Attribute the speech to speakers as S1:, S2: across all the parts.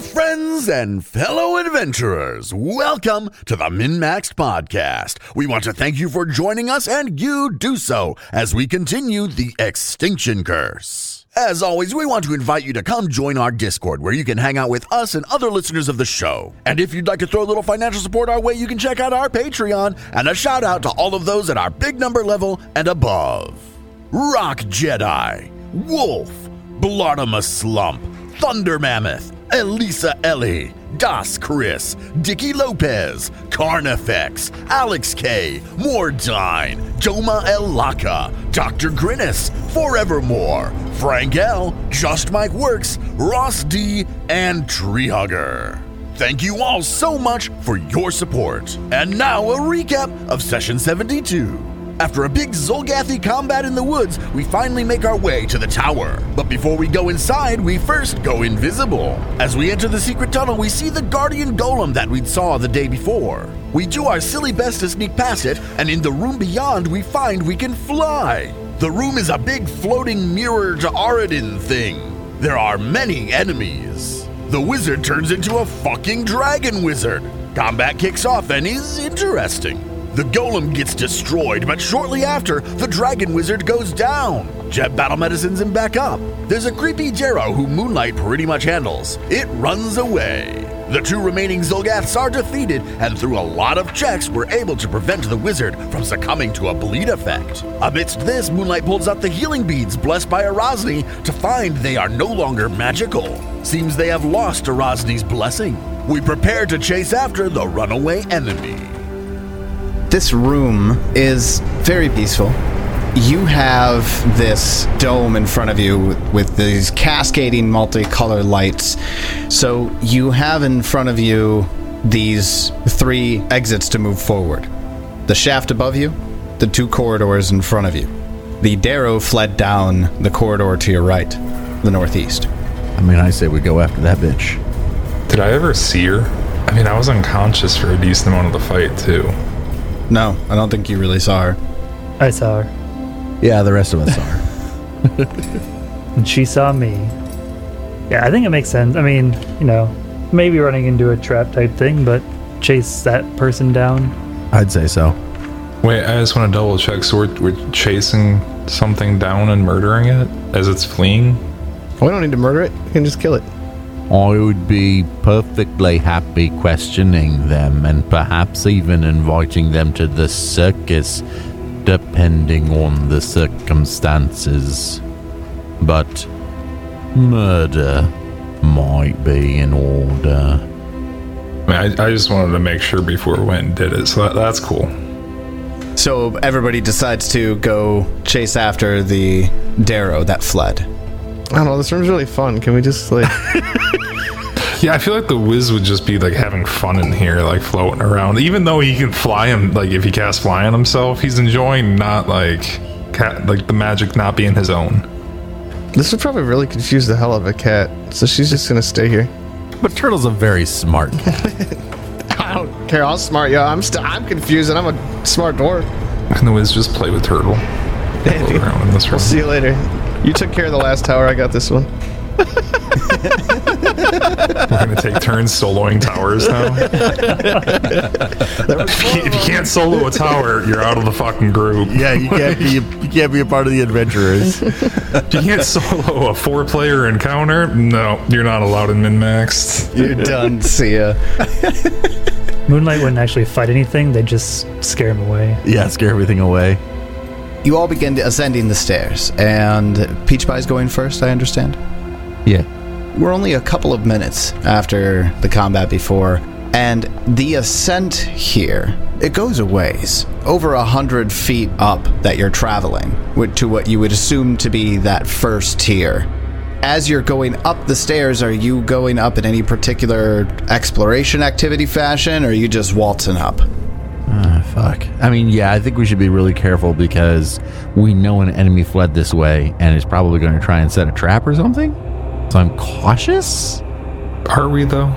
S1: friends and fellow adventurers, welcome to the MinMax Podcast. We want to thank you for joining us, and you do so as we continue the Extinction Curse. As always, we want to invite you to come join our Discord where you can hang out with us and other listeners of the show. And if you'd like to throw a little financial support our way, you can check out our Patreon and a shout out to all of those at our big number level and above. Rock Jedi, Wolf, Blartimus Slump, Thunder Mammoth, Elisa Ellie, Das Chris, Dicky Lopez, Carnifex, Alex K, Mordine, Doma El Laka, Dr. Grinnis, Forevermore, Frank L, Just Mike Works, Ross D, and Treehugger. Thank you all so much for your support. And now a recap of Session 72. After a big Zolgathi combat in the woods, we finally make our way to the tower. But before we go inside, we first go invisible. As we enter the secret tunnel, we see the guardian golem that we saw the day before. We do our silly best to sneak past it, and in the room beyond, we find we can fly. The room is a big floating mirror to Aridin thing. There are many enemies. The wizard turns into a fucking dragon wizard. Combat kicks off and is interesting. The golem gets destroyed, but shortly after, the dragon wizard goes down. Jet battle medicines him back up. There's a creepy Jero who Moonlight pretty much handles. It runs away. The two remaining Zolgaths are defeated, and through a lot of checks, we're able to prevent the wizard from succumbing to a bleed effect. Amidst this, Moonlight pulls out the healing beads blessed by Erosny to find they are no longer magical. Seems they have lost Erosny's blessing. We prepare to chase after the runaway enemy.
S2: This room is very peaceful. You have this dome in front of you with, with these cascading multicolor lights. So you have in front of you these three exits to move forward the shaft above you, the two corridors in front of you. The Darrow fled down the corridor to your right, the northeast.
S1: I mean, I say we go after that bitch.
S3: Did I ever see her? I mean, I was unconscious for a decent amount of the fight, too.
S2: No, I don't think you really saw her.
S4: I saw her,
S1: Yeah, the rest of us are.
S4: and she saw me. Yeah, I think it makes sense. I mean, you know, maybe running into a trap type thing, but chase that person down.
S1: I'd say so.
S3: Wait, I just want to double check. So we're, we're chasing something down and murdering it as it's fleeing?
S5: We don't need to murder it. We can just kill it.
S6: I would be perfectly happy questioning them and perhaps even inviting them to the circus, depending on the circumstances. But murder might be in order.
S3: I mean, I, I just wanted to make sure before we went and did it. So that, that's cool.
S2: So everybody decides to go chase after the Darrow that fled.
S5: I don't know. This room's really fun. Can we just like?
S3: Yeah, I feel like the Wiz would just be like having fun in here, like floating around. Even though he can fly him, like if he casts fly on himself, he's enjoying not like ca like the magic not being his own.
S5: this would probably really confuse the hell out of a cat. So she's just gonna stay here.
S6: But Turtle's a very smart cat.
S5: I don't care. I'll smart yo. I'm st- I'm confused and I'm a smart dwarf.
S3: Can the Wiz just play with Turtle? Float around in this room.
S5: See you later. You took care of the last tower. I got this one.
S3: We're gonna take turns soloing towers now. if, you, if you can't solo a tower, you're out of the fucking group.
S1: Yeah, you can't be you can't be a part of the adventurers.
S3: If you can't solo a four-player encounter, no, you're not allowed in min-maxed.
S2: You're done. See ya.
S4: Moonlight wouldn't actually fight anything, they'd just scare him away.
S1: yeah, scare everything away.
S2: You all begin ascending the stairs, and Peach Pie's going first, I understand.
S6: Yeah.
S2: We're only a couple of minutes after the combat before, and the ascent here, it goes a ways. Over a hundred feet up that you're traveling, wi- to what you would assume to be that first tier. As you're going up the stairs, are you going up in any particular exploration activity fashion, or are you just waltzing up?
S6: Ah, fuck. I mean, yeah, I think we should be really careful because we know an enemy fled this way and is probably going to try and set a trap or something. So I'm cautious.
S3: Are we though?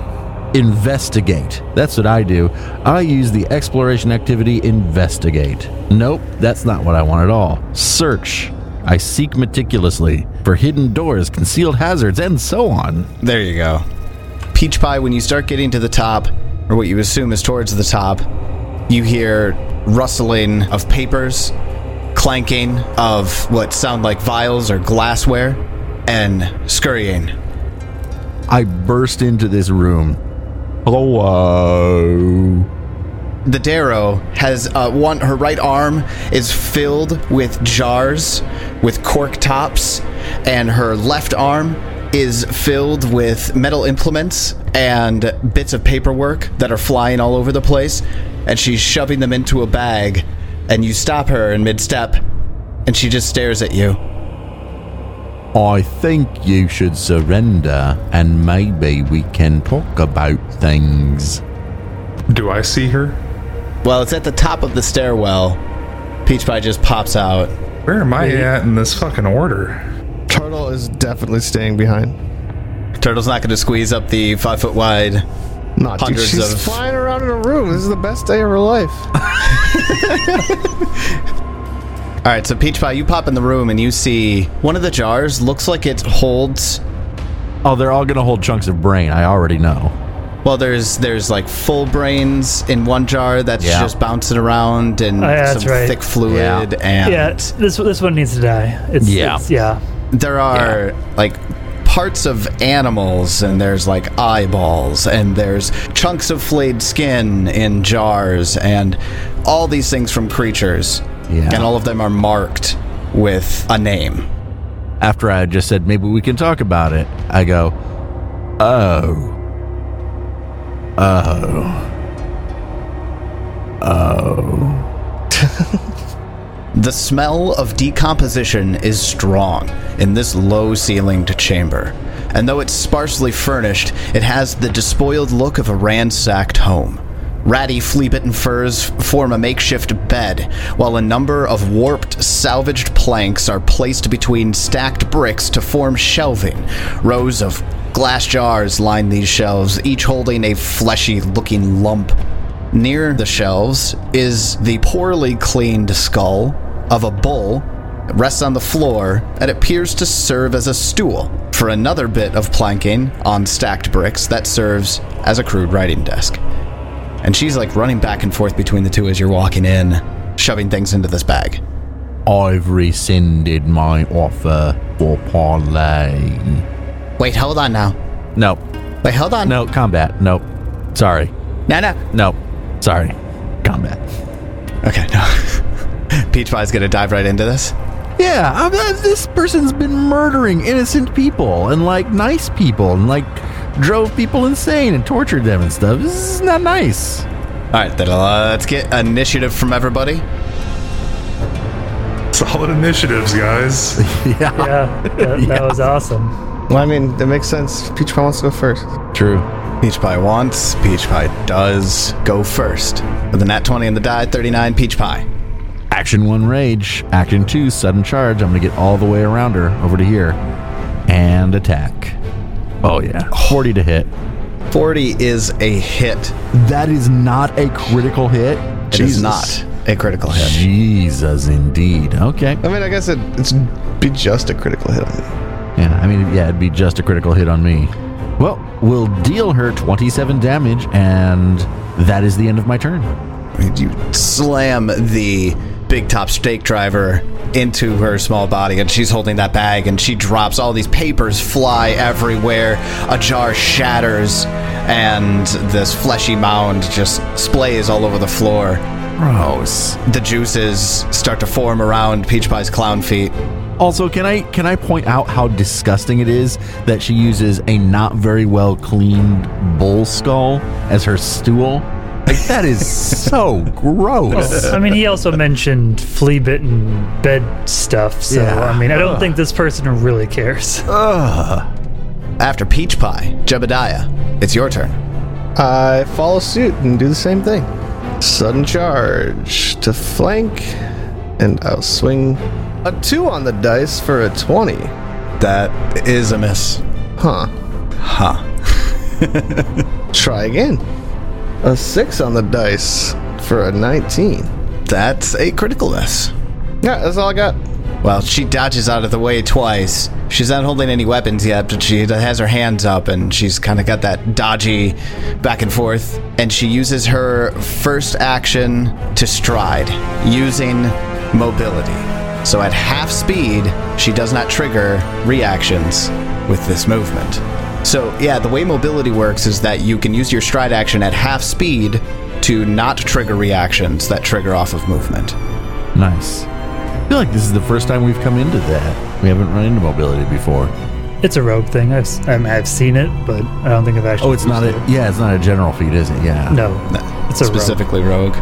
S6: investigate. That's what I do. I use the exploration activity investigate. Nope, that's not what I want at all. Search. I seek meticulously for hidden doors, concealed hazards, and so on.
S2: There you go. Peach Pie, when you start getting to the top, or what you assume is towards the top, you hear rustling of papers, clanking of what sound like vials or glassware, and scurrying.
S1: I burst into this room. Hello.
S2: The Darrow has uh, one. Her right arm is filled with jars with cork tops, and her left arm is filled with metal implements and bits of paperwork that are flying all over the place. And she's shoving them into a bag, and you stop her in mid-step, and she just stares at you.
S1: I think you should surrender and maybe we can talk about things.
S3: Do I see her?
S2: Well, it's at the top of the stairwell. Peach Pie just pops out.
S3: Where am I at in this fucking order?
S5: Turtle is definitely staying behind.
S2: Turtle's not going to squeeze up the five foot wide.
S5: Not dude,
S2: Hundreds
S5: she's
S2: of-
S5: flying around in a room. This is the best day of her life.
S2: All right, so Peach Pie, you pop in the room and you see one of the jars looks like it holds.
S1: Oh, they're all going to hold chunks of brain. I already know.
S2: Well, there's there's like full brains in one jar that's
S1: Yeah.
S2: just bouncing around and
S4: Oh, yeah, that's
S2: some
S4: right.
S2: thick fluid, and
S4: Yeah, this this one needs to die. It's,
S1: Yeah.
S4: it's- yeah.
S2: there are like parts of animals and there's like eyeballs and there's chunks of flayed skin in jars and all these things from creatures
S1: Yeah.
S2: and all of them are marked with a name
S1: After I had just said, maybe we can talk about it, I go, oh.
S2: The smell of decomposition is strong in this low ceilinged chamber, and though it's sparsely furnished, it has the despoiled look of a ransacked home. Ratty flea-bitten furs form a makeshift bed, while a number of warped, salvaged planks are placed between stacked bricks to form shelving. Rows of glass jars line these shelves, each holding a fleshy-looking lump Near the shelves is the poorly cleaned skull of a bull. It rests on the floor and appears to serve as a stool for another bit of planking on stacked bricks that serves as a crude writing desk. And she's like running back and forth between the two as you're walking in, shoving things into this bag.
S1: I've rescinded my offer for parlay.
S2: Wait, hold on now.
S1: No,
S2: Wait, hold on.
S1: no, combat. No, sorry.
S2: no. no.
S1: No, sorry. Combat.
S2: Okay, no. Peach Pie's gonna dive right into this.
S1: Yeah, I'm, uh, this person's been murdering innocent people and like nice people and like drove people insane and tortured them and stuff. This is not nice.
S2: All right, then uh, let's get initiative from everybody.
S3: Solid initiatives, guys.
S4: Yeah, that, that was awesome.
S5: Well, I mean, it makes sense. Peach Pie wants to go first.
S1: True.
S2: Peach Pie wants, Peach Pie does go first. With a nat 20 and the die, 39 Peach Pie.
S1: Action one, rage. Action two, sudden charge. I'm gonna get all the way around her over to here and attack. Oh yeah, 40 to hit.
S2: 40 is a hit.
S1: That is not a critical hit.
S2: It is not a critical hit.
S1: Jesus, indeed. Okay.
S5: I mean, I guess it, it's be just a critical hit.
S1: Yeah, I mean, yeah, it'd be just a critical hit on me. Well, we'll deal her 27 damage, and that is the end of my turn.
S2: You slam the big top stake driver into her small body, and she's holding that bag, and she drops all these papers fly everywhere. A jar shatters, and this fleshy mound just splays all over the floor.
S1: Gross.
S2: The juices start to form around Peach Pie's clown feet.
S1: Also, can I can I point out how disgusting it is that she uses a not very well cleaned bull skull as her stool? Like that is so gross.
S4: I mean, he also mentioned flea bitten bed stuff, so
S1: Yeah.
S4: I mean, I don't think this person really cares.
S2: After Peach Pie, Jebediah, it's your turn.
S5: I follow suit and do the same thing. Sudden charge to flank, and I'll swing a two on the dice for a 20.
S2: That is a miss.
S5: Huh.
S2: Huh.
S5: Try again. A six on the dice for a 19.
S2: That's a critical miss.
S5: Yeah, that's all I got.
S2: Well, she dodges out of the way twice. She's not holding any weapons yet, but she has her hands up and she's kind of got that dodgy back and forth. And she uses her first action to stride, using mobility. So at half speed, she does not trigger reactions with this movement. So, yeah, the way mobility works is that you can use your stride action at half speed to not trigger reactions that trigger off of movement.
S1: Nice. I feel like this is the first time we've come into that. We haven't run into mobility before.
S4: It's a rogue thing. I've, s- I mean, I've seen it, but I don't think I've actually.
S1: Oh, it's not a yeah, it's not a general feat, is it? Yeah.
S4: No, it's a rogue.
S2: specifically rogue.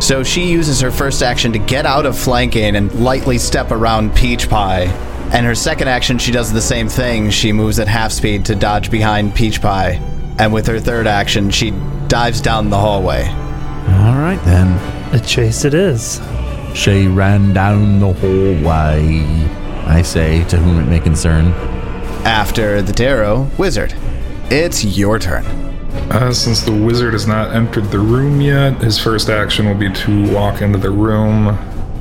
S2: So she uses her first action to get out of flanking and lightly step around Peach Pie. And her second action, she does the same thing. She moves at half speed to dodge behind Peach Pie. And with her third action, she dives down the hallway.
S1: All right then.
S4: A chase it is.
S1: She ran down the hallway. I say to whom it may concern.
S2: After the Darrow, Wizard, it's your turn.
S3: Uh, since the wizard has not entered the room yet, his first action will be to walk into the room.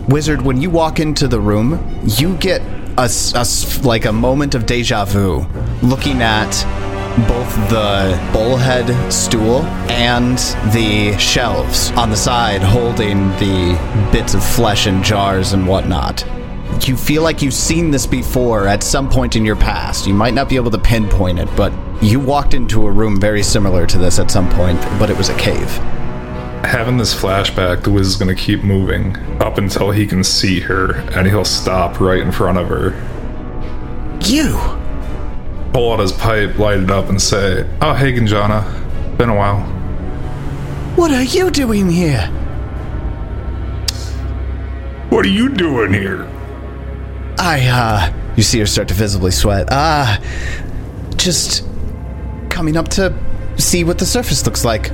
S2: Wizard, when you walk into the room, you get a, s- a s- like a moment of deja vu looking at both the bullhead stool and the shelves on the side holding the bits of flesh and jars and whatnot. You feel like you've seen this before at some point in your past. You might not be able to pinpoint it, but you walked into a room very similar to this at some point, but it was a cave.
S3: Having this flashback, the wiz is going to keep moving up until he can see her, and he'll stop right in front of her,
S2: You!
S3: pull out his pipe, light it up, and say, "Oh, hey, Ganjana, been a while."
S2: What are you doing here?
S3: What are you doing here?
S2: I, uh, you see her start to visibly sweat. Ah, just coming up to see what the surface looks like.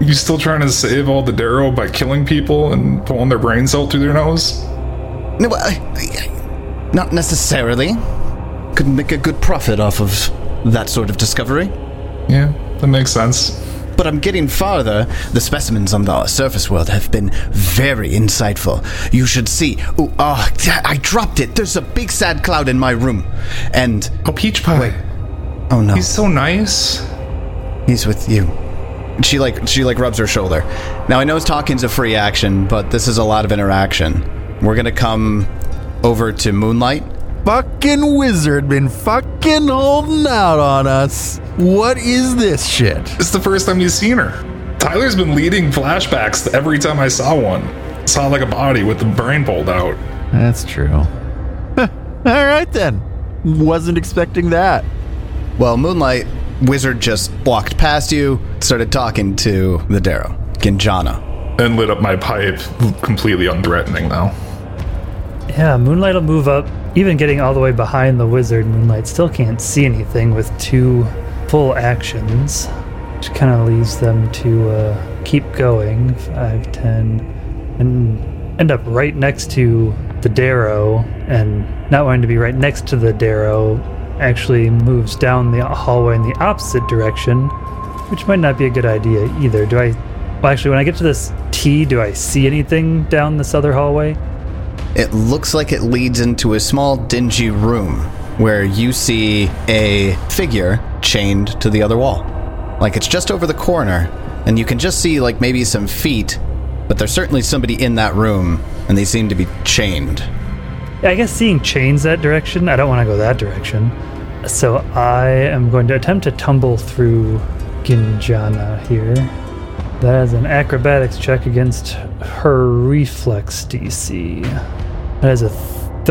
S3: You still trying to save all the Darrow by killing people and pulling their brains out through their nose?
S2: No, I, I- not necessarily. Could make a good profit off of that sort of discovery.
S3: Yeah, that makes sense.
S2: But I'm getting farther. The specimens on the surface world have been very insightful. You should see. Ooh, ah, I dropped it. There's a big sad cloud in my room. And,
S3: Oh, Peach Pie.
S2: oh no.
S3: He's so nice.
S2: He's with you. She like she like rubs her shoulder. Now I know talking's a free action, but this is a lot of interaction. We're gonna come over to Moonlight.
S1: Fucking wizard been fucking holding out on us. What is this shit?
S3: It's the first time you've seen her. Tyler's been leading flashbacks to every time I saw one. Saw like a body with the brain pulled out.
S1: That's true. All right then. Wasn't expecting that.
S2: Well, Moonlight Wizard just walked past you, started talking to the Darrow, Ginjana.
S3: And lit up my pipe, completely unthreatening now.
S4: Yeah, Moonlight will move up. Even getting all the way behind the wizard, Moonlight still can't see anything with two full actions, which kind of leaves them to uh, keep going. 5, 10, and end up right next to the Darrow, and not wanting to be right next to the Darrow, actually moves down the hallway in the opposite direction, which might not be a good idea either. Do I. Well, actually, when I get to this T, do I see anything down this other hallway?
S2: It looks like it leads into a small dingy room where you see a figure chained to the other wall. Like it's just over the corner, and you can just see like maybe some feet, but there's certainly somebody in that room, and they seem to be chained.
S4: I guess seeing chains that direction, I don't want to go that direction. So I am going to attempt to tumble through Ginjana here. That is an acrobatics check against her reflex DC. That is a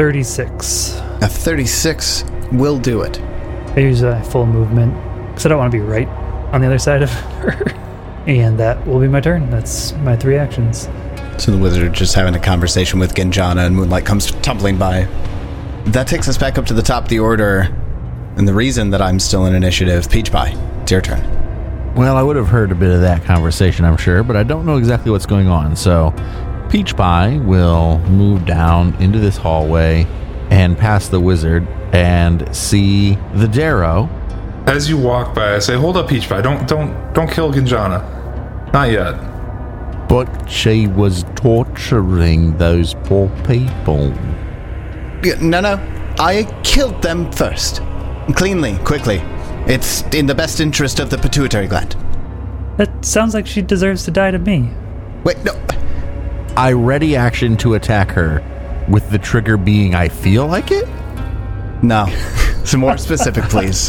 S4: 36.
S2: A 36 will do it.
S4: I use a full movement because I don't want to be right on the other side of her. And that will be my turn. That's my three actions.
S2: So the wizard just having a conversation with Genjana, and Moonlight comes tumbling by. That takes us back up to the top of the order, and the reason that I'm still in initiative, Peach Pie. It's your turn.
S1: Well, I would have heard a bit of that conversation, I'm sure, but I don't know exactly what's going on. So, Peach Pie will move down into this hallway and past the wizard and see the Darrow.
S3: As you walk by, I say, "Hold up, Peach Pie! Don't, don't, don't kill Ganjana. Not yet."
S1: But she was torturing those poor people.
S2: Yeah, No, no. I killed them first. Cleanly, quickly. It's in the best interest of the pituitary gland.
S4: That sounds like she deserves to die to me.
S2: Wait, no.
S1: I ready action to attack her, with the trigger being I feel like it.
S2: No. Some more specific, please.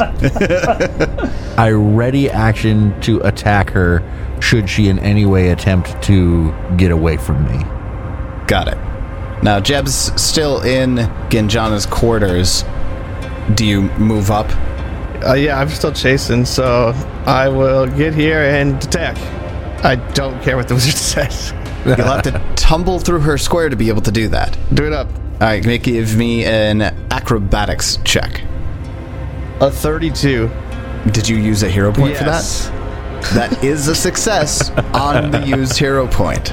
S1: I ready action to attack her should she in any way attempt to get away from me.
S2: Got it. Now, Jeb's still in Genjana's quarters. Do you move up?
S5: Uh, yeah, I'm still chasing, so I will get here and attack. I don't care what the wizard says.
S2: You'll have to tumble through her square to be able to do that.
S5: Do it up.
S2: All right, make- give me an acrobatics check.
S5: A 32.
S2: Did you use a hero point
S5: Yes.
S2: for that? That is a success on the used hero point.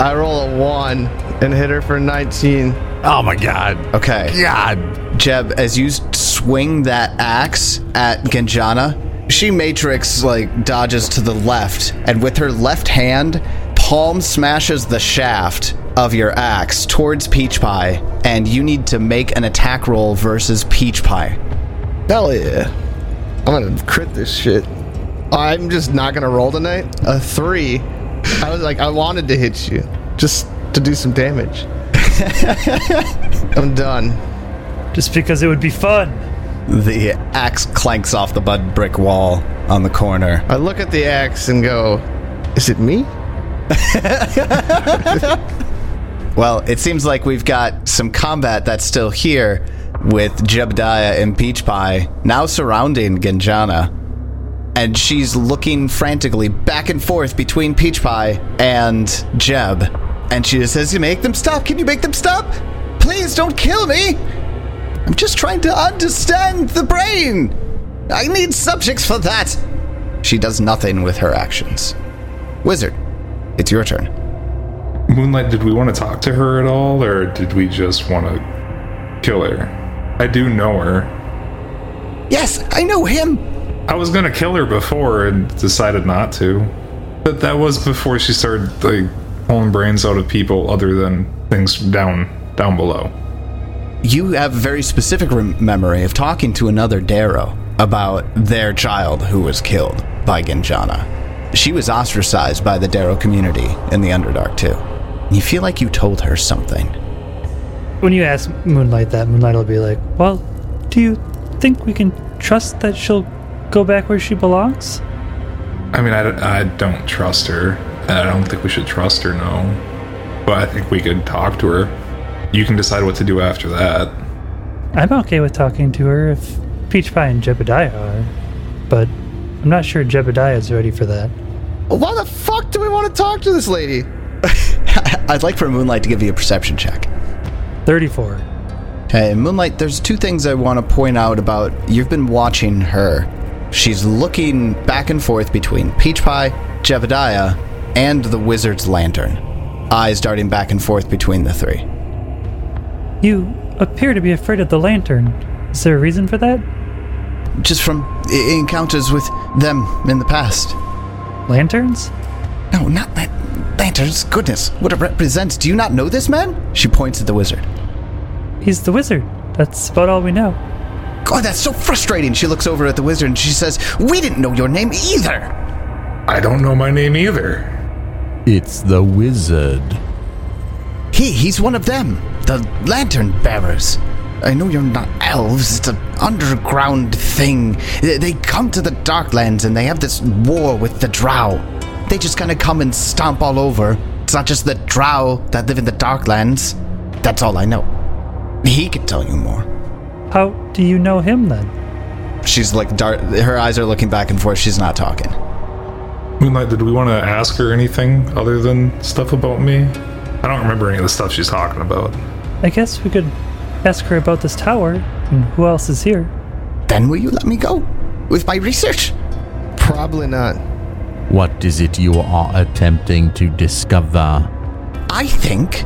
S5: I roll a 1 and hit her for 19.
S1: Oh my god.
S2: Okay.
S1: God.
S2: Jeb, as you swing that axe at Genjana, she matrix like dodges to the left, and with her left hand, palm smashes the shaft of your axe towards Peach Pie, and you need to make an attack roll versus Peach Pie.
S5: Hell yeah. I'm gonna crit this shit. I'm just not gonna roll tonight. A 3. I was like, I wanted to hit you just to do some damage. I'm done.
S4: Just because it would be fun.
S2: The axe clanks off the mud brick wall on the corner.
S5: I look at the axe and go, Is it me?
S2: Well, it seems like we've got some combat that's still here with Jebediah and Peach Pie now surrounding Genjana. And she's looking frantically back and forth between Peach Pie and Jeb. And she just says, You make them stop? Can you make them stop? Please don't kill me! I'm just trying to understand the brain! I need subjects for that! She does nothing with her actions. Wizard, it's your turn.
S3: Moonlight, did we want to talk to her at all, or did we just want to kill her? I do know her.
S2: Yes, I know him!
S3: I was gonna kill her before and decided not to. But that was before she started like pulling brains out of people other than things down down below.
S2: you have a very specific rem- memory of talking to another Darrow about their child who was killed by Genjana. She was ostracized by the Darrow community in the Underdark, too. You feel like you told her something.
S4: When you ask Moonlight that, Moonlight will be like, Well, do you think we can trust that she'll go back where she belongs?
S3: I mean, I, I don't trust her. I don't think we should trust her, no. But I think we could talk to her. You can decide what to do after that.
S4: I'm okay with talking to her if Peach Pie and Jebediah are, but I'm not sure Jebediah is ready for that.
S5: Why the fuck do we want to talk to this lady?
S2: I'd like for Moonlight to give you a perception check.
S4: 34.
S2: Hey, Moonlight, there's two things I want to point out about you've been watching her. She's looking back and forth between Peach Pie, Jebediah, and the wizard's lantern, eyes darting back and forth between the three.
S4: You appear to be afraid of the lantern. Is there a reason for that?
S2: just from I- encounters with them in the past.
S4: Lanterns?
S2: No, not that. Lanterns, goodness, what it represents. Do you not know this man? She points at the wizard.
S4: He's the wizard. That's about all we know.
S2: God, that's so frustrating. She looks over at the wizard and she says, We didn't know your name either.
S3: I don't know my name either.
S1: It's the wizard.
S2: He, he's one of them, the lantern bearers. I know you're not elves, it's an underground thing. They, they come to the Darklands and they have this war with the drow. They just kind of come and stomp all over. It's not just the drow that live in the Darklands. That's all I know. He could tell you more.
S4: How do you know him then?
S2: She's like, dar- her eyes are looking back and forth. She's not talking.
S3: Moonlight, did we want to ask her anything other than stuff about me? I don't remember any of the stuff she's talking about.
S4: I guess we could ask her about this tower and who else is here.
S2: Then will you let me go with my research?
S5: Probably not.
S1: What is it you are attempting to discover?
S2: I think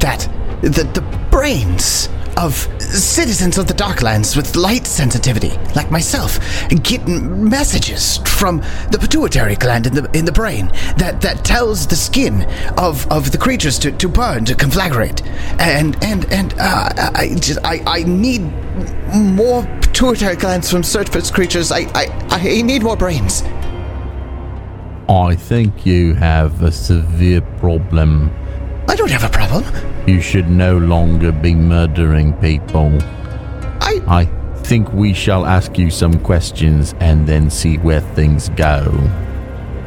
S2: that the, the brains of citizens of the Darklands with light sensitivity, like myself, get m- messages from the pituitary gland in the in the brain that, that tells the skin of, of the creatures to, to burn, to conflagrate. And and and uh, I just I, I need more pituitary glands from surface creatures. I, I I need more brains.
S1: I think you have a severe problem.
S2: I don't have a problem.
S1: You should no longer be murdering people.
S2: I
S1: I think we shall ask you some questions and then see where things go.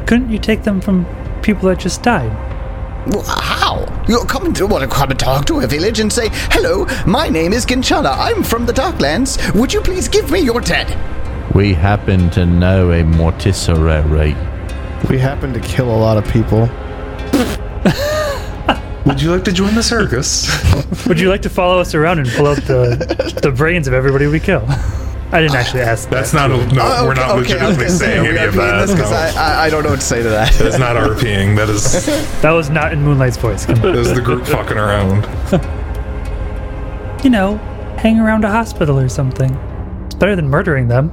S4: Couldn't you take them from people that just died?
S2: Well, How? You come to want to come and talk to a village and say, "Hello, my name is Ginchana. I'm from the Darklands. Would you please give me your dead?"
S1: We happen to know a mortisserary.
S5: We happen to kill a lot of people.
S3: Would you like to join the circus?
S4: Would you like to follow us around and pull out the, the brains of everybody we kill? I didn't actually ask that.
S3: That's not a, no.
S2: Oh,
S3: we're not
S2: okay, okay, I was
S3: legitimately
S2: gonna say,
S3: saying
S2: are we
S3: any of
S2: RPing
S3: that.
S2: this? 'Cause
S3: no.
S2: I, I, I don't know what to say to that.
S3: That's not RPing. That is that
S4: That was not in Moonlight's voice. Come on.
S3: is the group fucking around.
S4: You know, hang around a hospital or something. It's better than murdering them.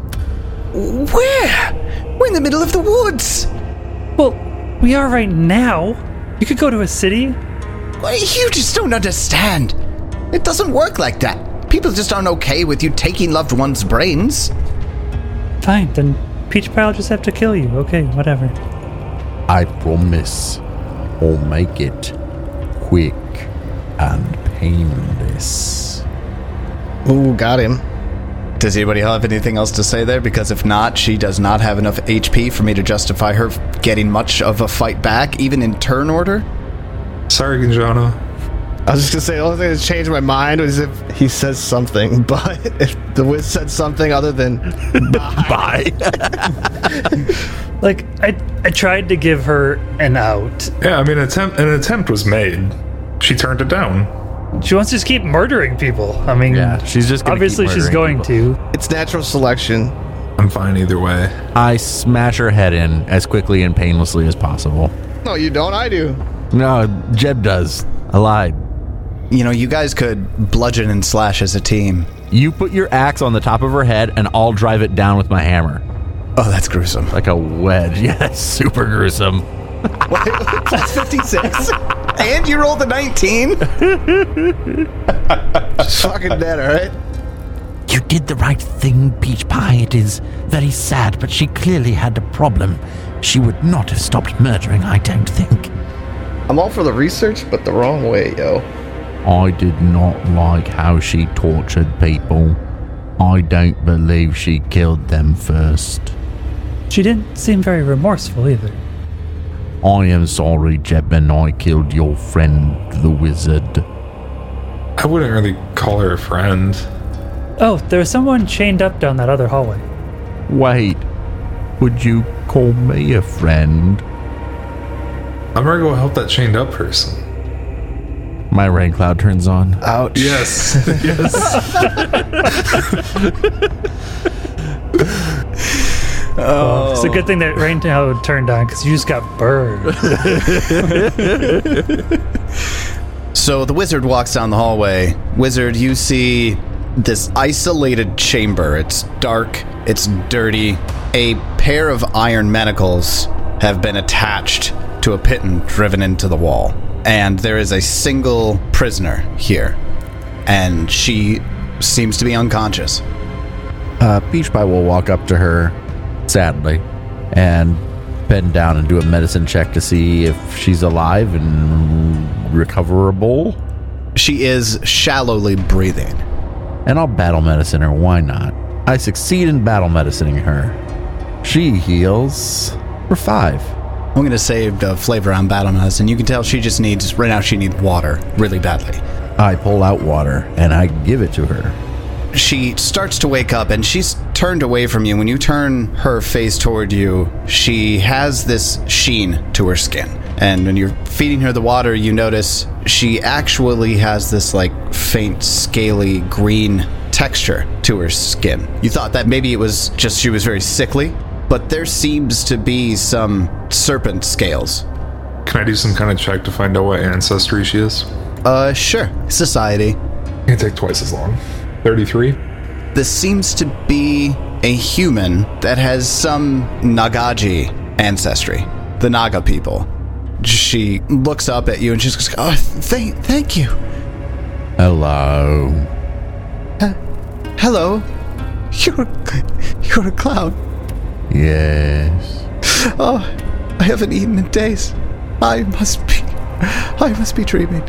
S2: Where? We're in the middle of the woods.
S4: Well, we are right now. You could go to a city.
S2: Why, You just don't understand. It doesn't work like that. People just aren't okay with you taking loved ones' brains.
S4: Fine, then Peach Pie will just have to kill you. Okay, whatever.
S1: I promise I'll make it quick and painless.
S5: Ooh, got him.
S2: Does anybody have anything else to say there? Because if not, she does not have enough HP for me to justify her getting much of a fight back, even in turn order.
S3: Sorry, Ginjana.
S5: I was just gonna say the only thing that's changed my mind was if he says something, but if the Wiz said something other than
S1: Bye.
S4: Like, I, I tried to give her an out.
S3: Yeah, I mean, attempt an attempt was made. She turned it down.
S4: She wants to just keep murdering people. I mean,
S1: Yeah, she's just gonna keep
S4: obviously she's
S1: murdering
S4: going to.
S5: it's natural selection.
S3: I'm fine either way.
S1: I smash her head in as quickly and painlessly as possible.
S5: No, you don't. I do.
S1: No, Jeb does. I lied.
S2: You know, you guys could bludgeon and slash as a team.
S1: You put your axe on the top of her head, and I'll drive it down with my hammer.
S2: Oh, that's gruesome.
S1: Like a wedge. Yeah, that's super gruesome.
S2: That's 56. and you rolled a 19.
S5: It's fucking dead. All right.
S1: You did the right thing, Peach Pie. It is very sad, but she clearly had a problem. She would not have stopped murdering, I don't think.
S5: I'm all for the research, but the wrong way, yo.
S1: I did not like how she tortured people. I don't believe she killed them first.
S4: She didn't seem very remorseful either.
S1: I am sorry, Jeb, and I killed your friend, the wizard.
S3: I wouldn't really call her a friend.
S4: Oh, there was someone chained up down that other hallway.
S1: Wait, would you call me a friend?
S3: I'm gonna go help that chained up person.
S1: My rain cloud turns on.
S5: Ouch.
S3: Yes, yes.
S1: Oh.
S4: It's a good thing that rain now turned on because you just got burned.
S2: So the wizard walks down the hallway. Wizard, you see this isolated chamber. It's dark, it's dirty. A pair of iron manacles have been attached to a pitten driven into the wall. And there is a single prisoner here. And she seems to be unconscious.
S1: Uh, Peach Pie will walk up to her, sadly, and bend down and do a medicine check to see if she's alive and recoverable.
S2: She is shallowly breathing.
S1: And I'll battle medicine her, why not? I succeed in battle medicining her. She heals for five.
S2: I'm going to save the flavor on Battle Mouse, and you can tell she just needs, right now, she needs water really badly.
S1: I pull out water and I give it to her.
S2: she starts to wake up and she's turned away from you. When you turn her face toward you, she has this sheen to her skin. And when you're feeding her the water, you notice she actually has this like faint, scaly green texture to her skin. You thought that maybe it was just she was very sickly, but there seems to be some serpent scales.
S3: Can I do some kind of check to find out what ancestry she is?
S2: Uh, sure. Society.
S3: Can't take twice as long. 33?
S2: This seems to be a human that has some Nagaji ancestry, the Naga people. She looks up at you and she's just oh, thank, thank you.
S1: Hello.
S2: Hello. You're, you're a clown.
S1: Yes.
S2: Oh, I haven't eaten in days. I must be, I must be dreaming.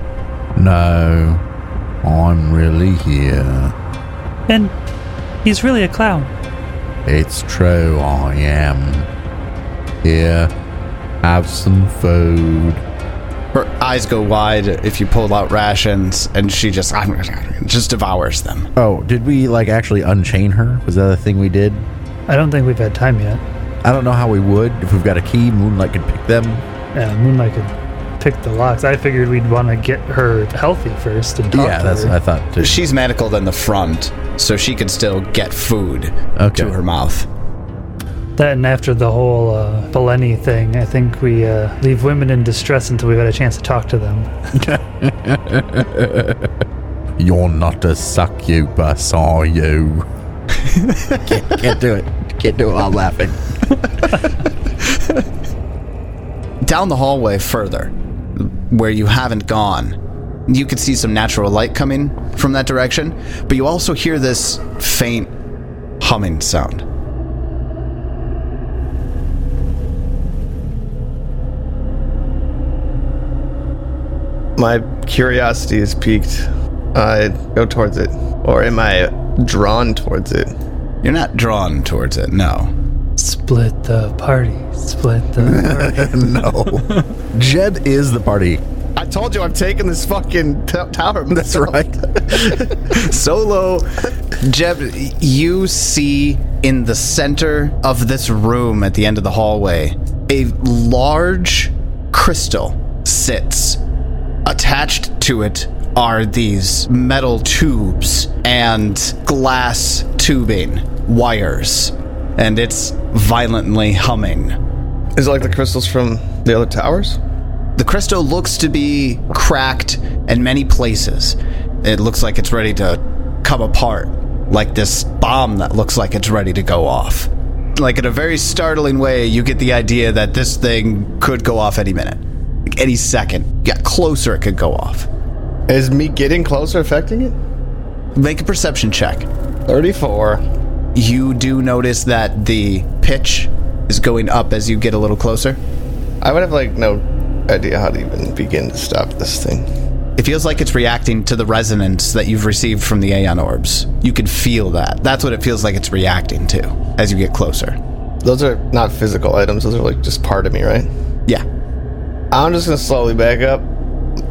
S1: No. I'm really here.
S4: And he's really a clown.
S1: It's true, I am. Here, have some food.
S2: Her eyes go wide if you pull out rations, and she just just devours them.
S1: Oh, did we like actually unchain her? Was that a thing we did?
S4: I don't think we've had time yet.
S1: I don't know how we would. If we've got a key, Moonlight could pick them.
S4: Yeah, Moonlight could pick the locks. I figured we'd want to get her healthy first and talk
S1: yeah,
S4: to
S1: that's
S4: her.
S1: what I thought too.
S2: She's manacled in the front, so she can still get food
S1: Okay.
S2: to her mouth.
S4: That and after the whole uh, Beleni thing, I think we uh, leave women in distress until we've had a chance to talk to them.
S1: You're not a succubus, are you? can't, can't do it. Can't do it while laughing.
S2: Down the hallway further, where you haven't gone, you can see some natural light coming from that direction, but you also hear this faint humming sound.
S5: My curiosity is piqued. I go towards it. Or am I drawn towards it?
S2: You're not drawn towards it, no.
S4: Split the party. Split the
S1: no. Jeb is the party.
S5: I told you I'm taking this fucking t- tower.
S1: That's right.
S2: Solo. Jeb, you see in the center of this room at the end of the hallway, a large crystal sits. Attached to it are these metal tubes and glass tubing, wires, and it's violently humming.
S5: Is it like the crystals from the other towers?
S2: The crystal looks to be cracked in many places. It looks like it's ready to come apart, like this bomb that looks like it's ready to go off. Like in a very startling way, you get the idea that this thing could go off any minute, like any second. Get closer, it could go off.
S5: Is me getting closer affecting it?
S2: Make a perception check.
S5: 34.
S2: You do notice that the pitch is going up as you get a little closer.
S5: I would have like no idea how to even begin to stop this thing.
S2: It feels like it's reacting to the resonance that you've received from the Aeon orbs. You can feel that. That's what it feels like it's reacting to as you get closer.
S5: Those are not physical items, those are like just part of me, right?
S2: Yeah.
S5: I'm just gonna slowly back up.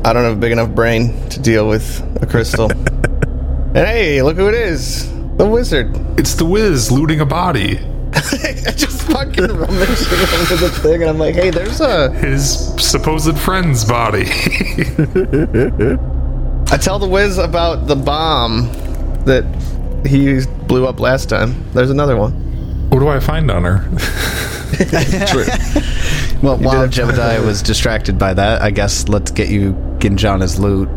S5: I don't have a big enough brain to deal with a crystal. and hey, look who it is! The wizard.
S3: It's the Wiz looting a body.
S5: I just fucking rummaging under the thing, and I'm like, hey, there's a.
S3: His supposed friend's body.
S5: I tell the whiz about the bomb that he blew up last time. There's another one.
S3: what do I find on her?
S2: Well, while
S5: did it.
S2: Jebediah was distracted by that, I guess let's get you Ginjana's loot.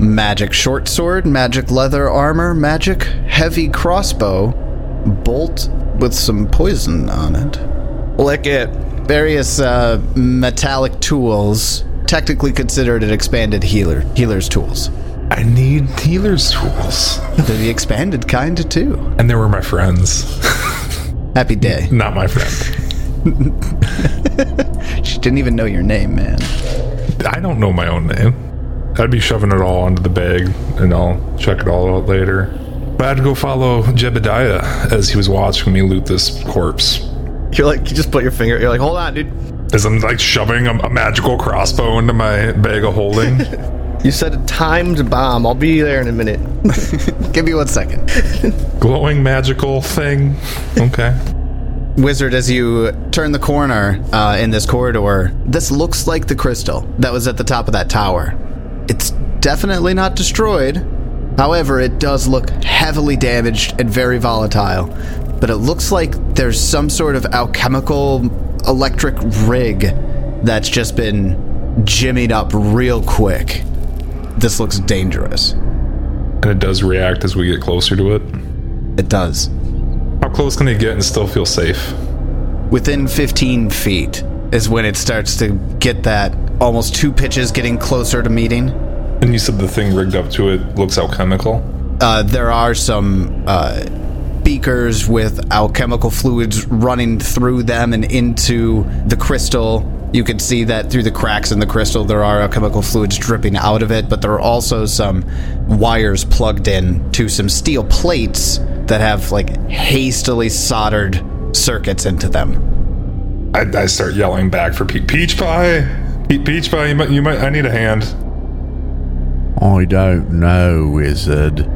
S2: Magic short sword, magic leather armor, magic heavy crossbow, bolt with some poison on it.
S5: Lick it.
S2: various uh, metallic tools, technically considered an expanded healer, healer's tools.
S3: I need healer's tools.
S2: They're the expanded kind too.
S3: And they were my friends.
S2: Happy day.
S3: Not my friend.
S2: She didn't even know your name, man.
S3: I don't know my own name. I'd be shoving it all onto the bag and I'll check it all out later. But I'd go follow Jebediah as he was watching me loot this corpse.
S5: You're like, you just put your finger. You're like, hold on, dude.
S3: As I'm like shoving a, a magical crossbow into my bag of holding.
S5: You said a timed bomb. I'll be there in a minute.
S2: Give me one second.
S3: Glowing magical thing. Okay.
S2: Wizard, as you turn the corner uh, in this corridor, this looks like the crystal that was at the top of that tower. It's definitely not destroyed. However, it does look heavily damaged and very volatile. But it looks like there's some sort of alchemical electric rig that's just been jimmied up real quick. This looks dangerous.
S3: and it does react as we get closer to it.
S2: It does.
S3: How close can they get and still feel safe?
S2: Within 15 feet is when it starts to get that almost two pitches getting closer to meeting.
S3: And you said the thing rigged up to it looks alchemical.
S2: Uh, there are some uh, beakers with alchemical fluids running through them and into the crystal. You can see that through the cracks in the crystal, there are alchemical fluids dripping out of it, but there are also some wires plugged in to some steel plates that have like hastily soldered circuits into them.
S3: I, I start yelling back for Pe- Peach Pie. Pe- Peach Pie, you might, you might. I need a hand.
S1: I don't know, wizard.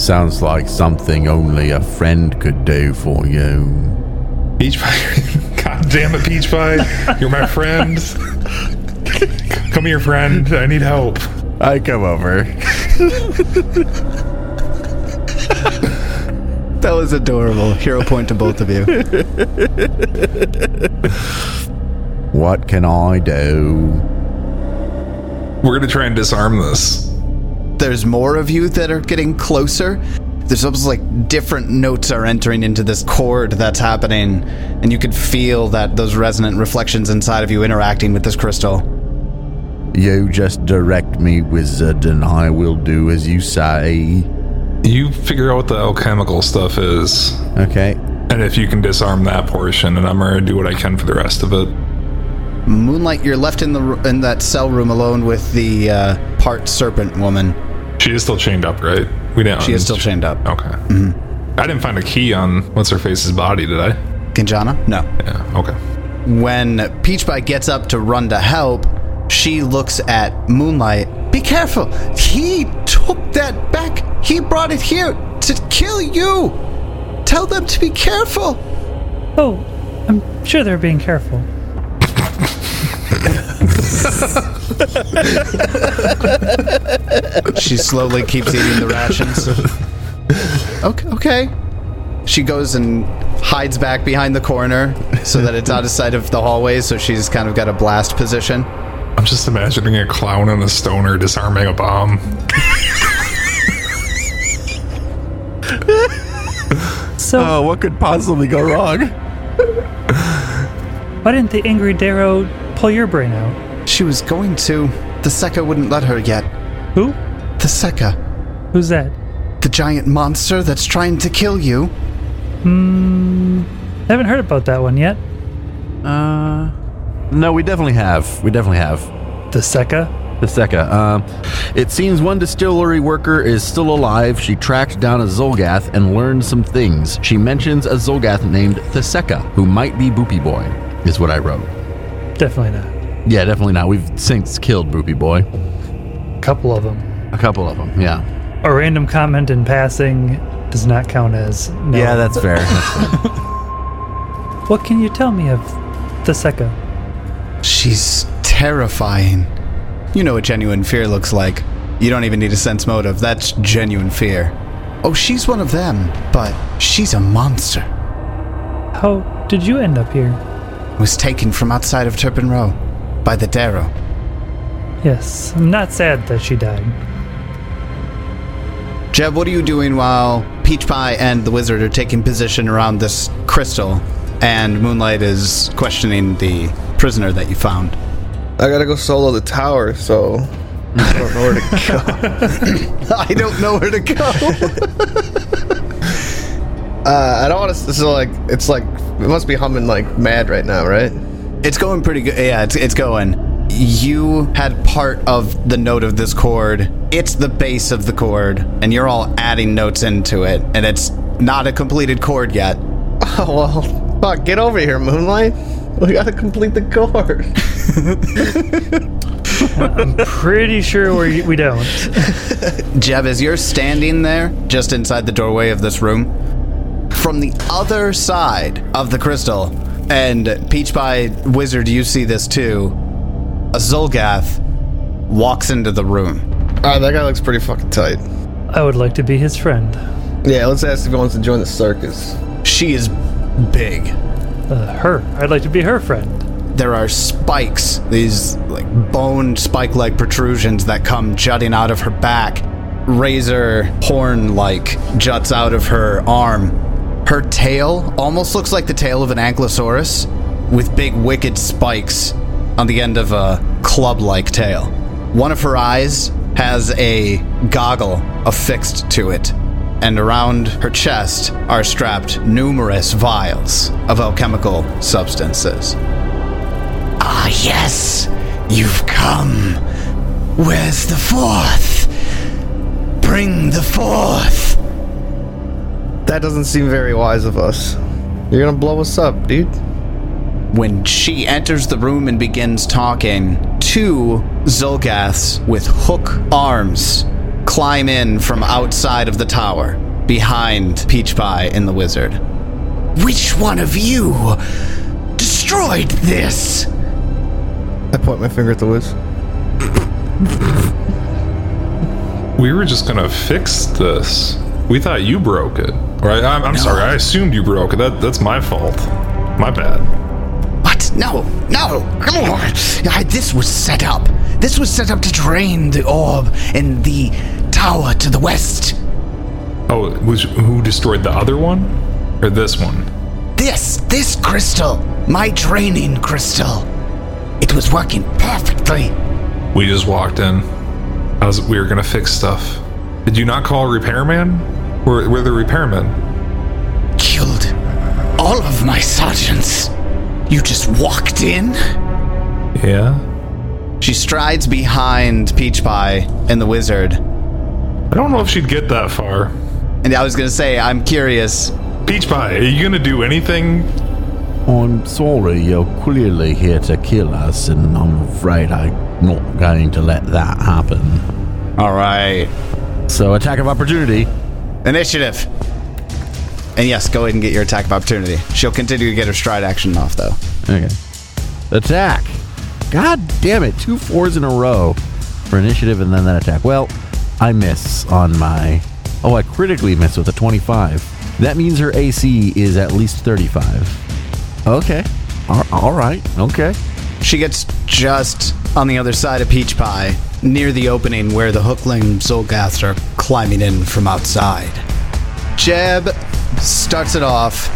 S1: Sounds like something only a friend could do for you.
S3: Peach Pie. God damn it, Peach Pie. You're my friend. Come here, friend. I need help.
S1: I come over.
S2: That was adorable. Hero point to both of you.
S1: What can I do?
S3: We're gonna try and disarm this.
S2: there's more of you that are getting closer. There's almost like different notes are entering into this chord that's happening, and you could feel that those resonant reflections inside of you interacting with this crystal.
S1: You just direct me, wizard, and I will do as you say.
S3: You figure out what the alchemical stuff is,
S1: Okay.
S3: and if you can disarm that portion, and I'm gonna do what I can for the rest of it.
S2: Moonlight, you're left in the ru- in that cell room alone with the uh, part serpent woman.
S3: She is still chained up, right? We didn't.
S2: She is still chained up.
S3: Okay. I didn't find a key on what's her face's body, did I?
S2: Kinjana? No.
S3: Yeah. Okay.
S2: When Peach Pie gets up to run to help, she looks at Moonlight. Be careful! He took that back! He brought it here to kill you! Tell them to be careful!
S4: Oh, I'm sure they're being careful.
S2: She slowly keeps eating the rations. Okay, okay. She goes and hides back behind the corner so that it's out of sight of the hallway, so she's kind of got a blast position.
S3: I'm just imagining a clown and a stoner disarming a bomb.
S4: So,
S1: Oh, what could possibly go wrong?
S4: why didn't the angry Darrow pull your brain out?
S2: She was going to. The Seka wouldn't let her yet.
S4: Who?
S2: The Seka.
S4: Who's that?
S2: The giant monster that's trying to kill you.
S4: I haven't heard about that one yet.
S1: Uh, no, we definitely have. We definitely have.
S4: The Seka?
S1: The Seka. Um, it seems one distillery worker is still alive. She tracked down a Zolgath and learned some things. She mentions a Zolgath named Theseka, who might be Boopy Boy, is what I wrote.
S4: Definitely not.
S1: Yeah, definitely not. We've since killed Boopy Boy.
S4: couple of them.
S1: A couple of them, yeah.
S4: A random comment in passing does not count as. No.
S1: that's fair.
S4: What can you tell me of the Seka?
S2: She's terrifying. You know what genuine fear looks like. You don't even need a sense motive. That's genuine fear. Oh, she's one of them, but she's a monster.
S4: How did you end up here?
S2: Was taken from outside of Turpin Row by the Darrow.
S4: Yes, I'm not sad that she died.
S2: Jeb, what are you doing while Peach Pie and the wizard are taking position around this crystal and Moonlight is questioning the prisoner that you found?
S5: I gotta go solo the tower, so I don't know where to go.
S2: I don't know where to go.
S5: Uh, I don't want to. So like, it's like it must be humming like mad right now, right?
S2: It's going pretty good. Yeah, it's, it's going. You had part of the note of this chord. It's the base of the chord, and you're all adding notes into it, and it's not a completed chord yet.
S5: Oh well, fuck! Get over here, Moonlight. We gotta complete the chord.
S4: Pretty sure we, we don't.
S2: Jeb, as you're standing there, just inside the doorway of this room, from the other side of the crystal, and Peach Pie Wizard, you see this too. A Zolgath walks into the room.
S5: Alright, that guy looks pretty fucking tight.
S4: I would like to be his friend.
S5: Yeah, let's ask if he wants to join the circus.
S2: She is big.
S4: Uh, her. I'd like to be her friend.
S2: there are spikes, these like bone spike like protrusions that come jutting out of her back. razor horn like juts out of her arm. Her tail almost looks like the tail of an ankylosaurus with big wicked spikes on the end of a club like tail. One of her eyes has a goggle affixed to it, and around her chest are strapped numerous vials of alchemical substances. Ah, yes! You've come! Where's the fourth? Bring the fourth!
S5: That doesn't seem very wise of us. You're gonna blow us up, dude.
S2: When she enters the room and begins talking, two Zolgaths with hook arms climb in from outside of the tower, behind Peach Pie and the wizard. Which one of you destroyed this?
S5: I point my finger at the whiz.
S3: We were just gonna fix this. We thought you broke it. Right? I'm, I'm sorry. I assumed you broke it. That that's my fault. My bad.
S2: What? No, no, come on. I, this was set up. This was set up to drain the orb and the tower to the west.
S3: Oh, it was who destroyed the other one or this one?
S2: This, this crystal, my draining crystal. It was working perfectly.
S3: We just walked in. I was we were gonna fix stuff. Did you not call a repairman? We're, we're the repairman.
S2: Killed all of my sergeants. You just walked in?
S3: Yeah.
S2: She strides behind Peach Pie and the wizard.
S3: I don't know if she'd get that far.
S2: And I was gonna say, I'm curious.
S3: Peach Pie, are you gonna do anything?
S1: I'm sorry, you're clearly here to kill us, and I'm afraid I'm not going to let that happen.
S2: All right.
S1: So, attack of opportunity.
S2: Initiative. And yes, go ahead and get your attack of opportunity. She'll continue to get her stride action off, though.
S1: Okay. Attack. God damn it. Two fours in a row for initiative and then that attack. Well, I miss on my. Oh, I critically miss with a 25. That means her AC is at least 35. Okay. Al- all right. Okay.
S2: She gets just on the other side of Peach Pie, near the opening where the hookling Zolgaths are climbing in from outside. Jeb starts it off.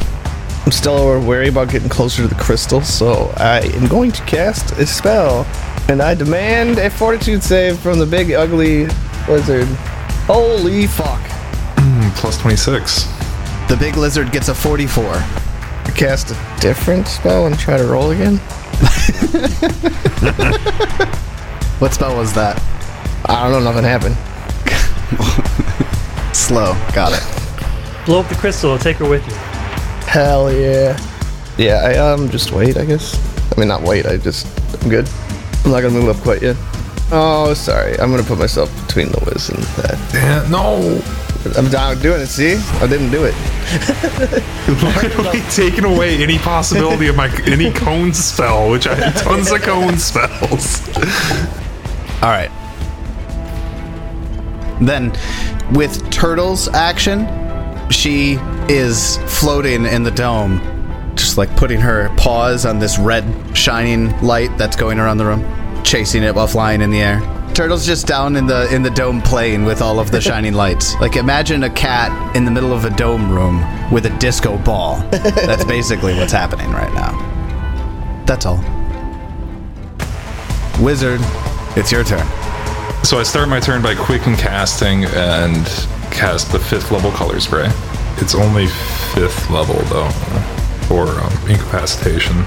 S5: I'm still wary about getting closer to the crystal, so I am going to cast a spell. And I demand a fortitude save from the big ugly lizard. Holy fuck.
S3: Plus twenty six.
S2: The big lizard gets a 44.
S5: Cast a different spell and try to roll again?
S2: What spell was that?
S5: I don't know, nothing happened.
S2: Slow. Got it.
S4: Blow up the crystal and take her with you.
S5: Hell yeah. Yeah, I um just wait, I guess. I mean not wait, I just I'm good. I'm not gonna move up quite yet. Oh sorry. I'm gonna put myself between the whiz and that.
S3: Yeah, no.
S5: I'm down doing it, see? I didn't do it.
S3: Why are we taking away any possibility of my any cone spell, which I have tons of cone spells?
S2: All right. Then, with Turtle's action, she is floating in the dome, just like putting her paws on this red shining light that's going around the room, chasing it while flying in the air. Turtle's just down in the in the dome playing with all of the shining lights. Like imagine a cat in the middle of a dome room with a disco ball. That's basically what's happening right now. That's all. Wizard, it's your turn.
S3: So I start my turn by quick and casting and cast the fifth level color spray. It's only fifth level though, for um, incapacitation.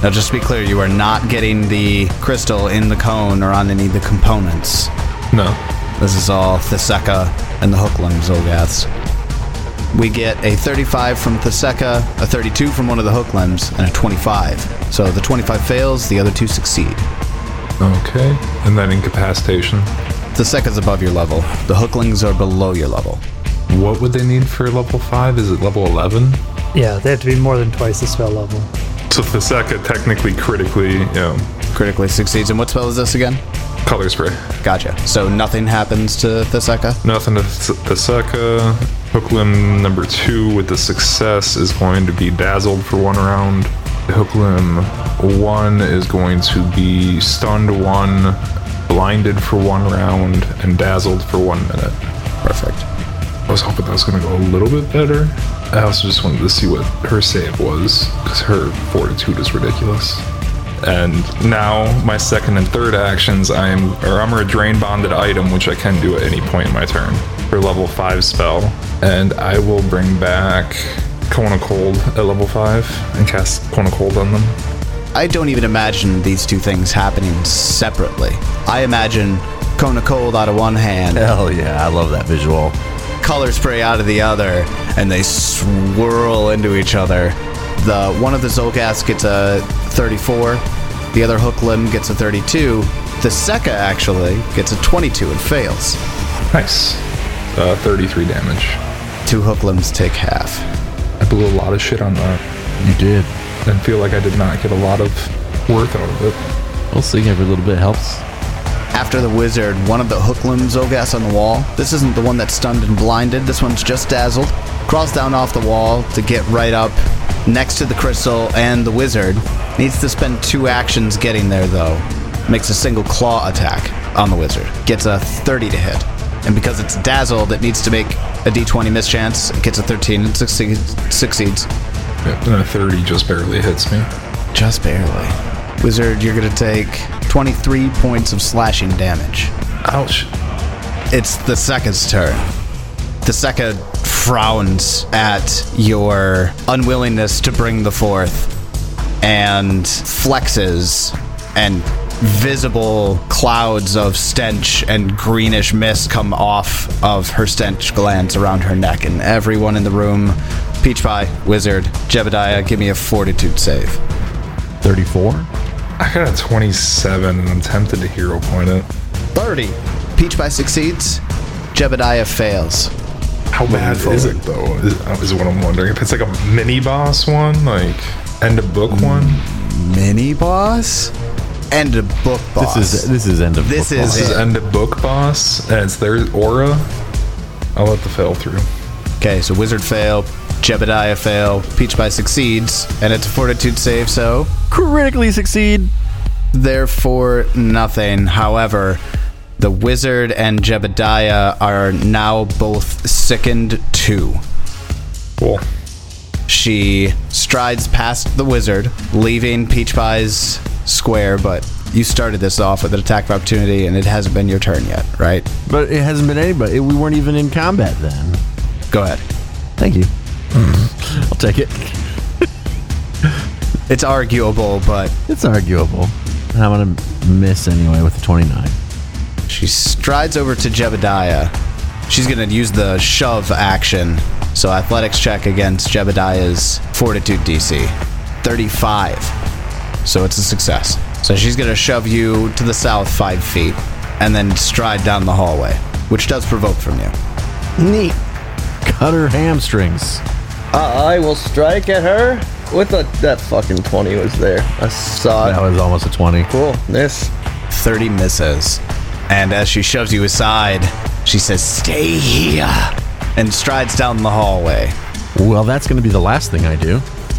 S2: Now, just to be clear, you are not getting the crystal in the cone or on any of the components.
S3: No.
S2: This is all Theseka and the Hooklim Zolgaths. We get a 35 from Theseka, a 32 from one of the Hooklims, and a 25. So the 25 fails, the other two succeed.
S3: Okay. And then incapacitation.
S2: Theseka's above your level, the Hooklings are below your level.
S3: What would they need for level five? Is it level eleven?
S4: Yeah, they have to be more than twice the spell level.
S3: So Theseka technically critically, you know,
S2: Critically succeeds. And what spell is this again?
S3: color spray.
S2: Gotcha. So nothing happens to Theseka?
S3: Nothing to Th- Theseka. Hooklim number two with the success is going to be dazzled for one round. Hooklim one is going to be stunned one, blinded for one round, and dazzled for one minute.
S5: Perfect.
S3: I was hoping that was going to go a little bit better. I also just wanted to see what her save was because her fortitude is ridiculous. And now my second and third actions, I am or I'm a drain bonded item, which I can do at any point in my turn for level five spell, and I will bring back Cone of Cold at level five and cast Cone of Cold on them.
S2: I don't even imagine these two things happening separately. I imagine Kona Cold out of one hand,
S1: Hell yeah, I love that visual.
S2: color spray out of the other, and they swirl into each other. The one of the Zolgas gets a 34, the other hook limb gets a 32. The Seka actually gets a 22 and fails.
S3: Nice, uh, 33 damage.
S2: Two hook limbs take half.
S3: I blew a lot of shit on that,
S1: You did.
S3: and feel like I did not get a lot of worth out of it.
S1: We'll see. Every little bit helps.
S2: After the wizard, one of the hook limbs Zogas on the wall. This isn't the one that's stunned and blinded, this one's just dazzled. Crawls down off the wall to get right up next to the crystal and the wizard. Needs to spend two actions getting there though. Makes a single claw attack on the wizard. Gets a 30 to hit. And because it's dazzled, it needs to make a d20 mischance. It gets a 13 and succeeds. succeeds.
S3: Yep, and a 30 just barely hits me.
S2: Just barely. Wizard, you're going to take 23 points of slashing damage.
S3: Ouch.
S2: It's the second's turn. The second frowns at your unwillingness to bring the fourth and flexes and visible clouds of stench and greenish mist come off of her stench glands around her neck and everyone in the room peach pie wizard jebediah give me a fortitude save
S1: 34?
S3: I got a 27 and I'm tempted to hero point it.
S2: 30 peach pie succeeds jebediah fails
S3: How bad is it though? Is, is what I'm wondering. If it's like a mini boss one, like end of book one.
S2: mini boss and a book boss
S1: This is this is end of
S2: This
S1: book
S2: is
S1: boss.
S3: This is end of book boss, and it's their aura. I'll let the fail through.
S2: Okay, so Wizard fail, Jebediah fail, Peach Pie succeeds, and it's a fortitude save, so
S1: critically succeed.
S2: therefore nothing. However, the Wizard and Jebediah are now both sickened too.
S3: Cool.
S2: She strides past the Wizard, leaving Peach Pie's square, but you started this off with an attack of opportunity, and it hasn't been your turn yet, right?
S1: But it hasn't been anybody. We weren't even in combat then.
S2: Go ahead.
S1: Thank you. I'll take it.
S2: It's arguable, but
S1: It's arguable. I'm gonna miss anyway with the 29.
S2: She strides over to Jebediah. She's going to use the shove action. So athletics check against Jebediah's fortitude DC 35. So it's a success. So she's going to shove you to the south five feet and then stride down the hallway, which does provoke from you.
S5: Neat.
S1: Cut her hamstrings.
S5: Uh, I will strike at her with a. That fucking 20 was there. I saw it.
S1: That was almost a 20.
S5: Cool. This.
S2: 30 misses. And as she shoves you aside, she says, Stay here! And strides down the hallway.
S1: Well, that's gonna be the last thing I do.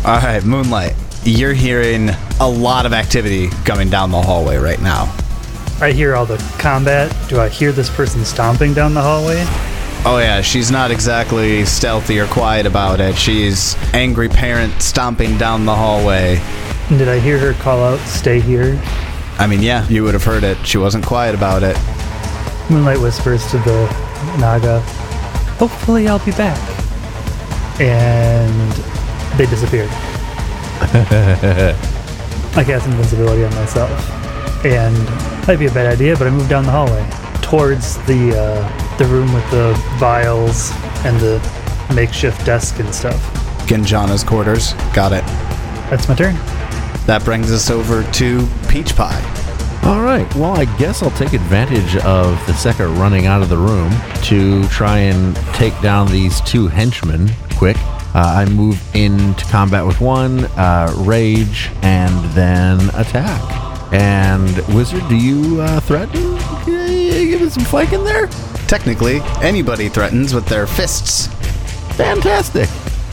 S2: All right, Moonlight, you're hearing a lot of activity coming down the hallway right now.
S4: I hear all the combat. Do I hear this person stomping down the hallway?
S2: Oh, yeah, she's not exactly stealthy or quiet about it. She's angry parent stomping down the hallway.
S4: And did I hear her call out, stay here?
S2: I mean, yeah, you would have heard it. She wasn't quiet about it.
S4: Moonlight whispers to the Naga, hopefully I'll be back. And they disappeared. I cast invincibility on myself. And that'd be a bad idea, but I moved down the hallway towards the uh, the room with the vials and the makeshift desk and stuff.
S2: Genjana's quarters. Got it.
S4: That's my turn.
S2: That brings us over to Peach Pie.
S1: All right. Well, I guess I'll take advantage of the Seka running out of the room to try and take down these two henchmen quick. Uh, I move into combat with one, uh, rage, and then attack. And wizard, do you uh, threaten? Can you Give it some flank in there.
S2: Technically, anybody threatens with their fists,
S1: Fantastic.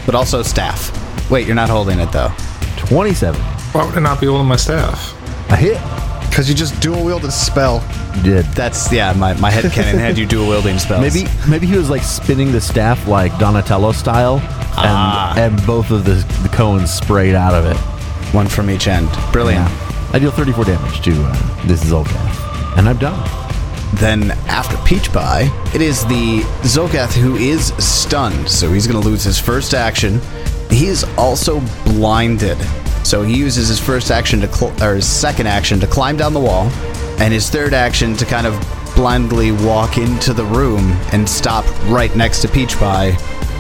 S2: but also staff. Wait, you're not holding it though.
S1: Twenty-seven.
S3: Why would I not be able to my staff?
S1: A hit.
S2: Because you just dual wielded a spell.
S1: Did
S2: That's, yeah, my, my head cannon had you dual wielding spells.
S1: maybe maybe he was like spinning the staff like Donatello style, and and both of the, the cones sprayed out of it.
S2: one from each end. Brilliant.
S1: I deal 34 damage to uh, this is Zolgath, and I'm done.
S2: Then after Peach Pie, it is the Zogath who is stunned, so he's going to lose his first action. He is also blinded, so he uses his first action to cl- or his second action to climb down the wall, and his third action to kind of blindly walk into the room and stop right next to Peach Pie.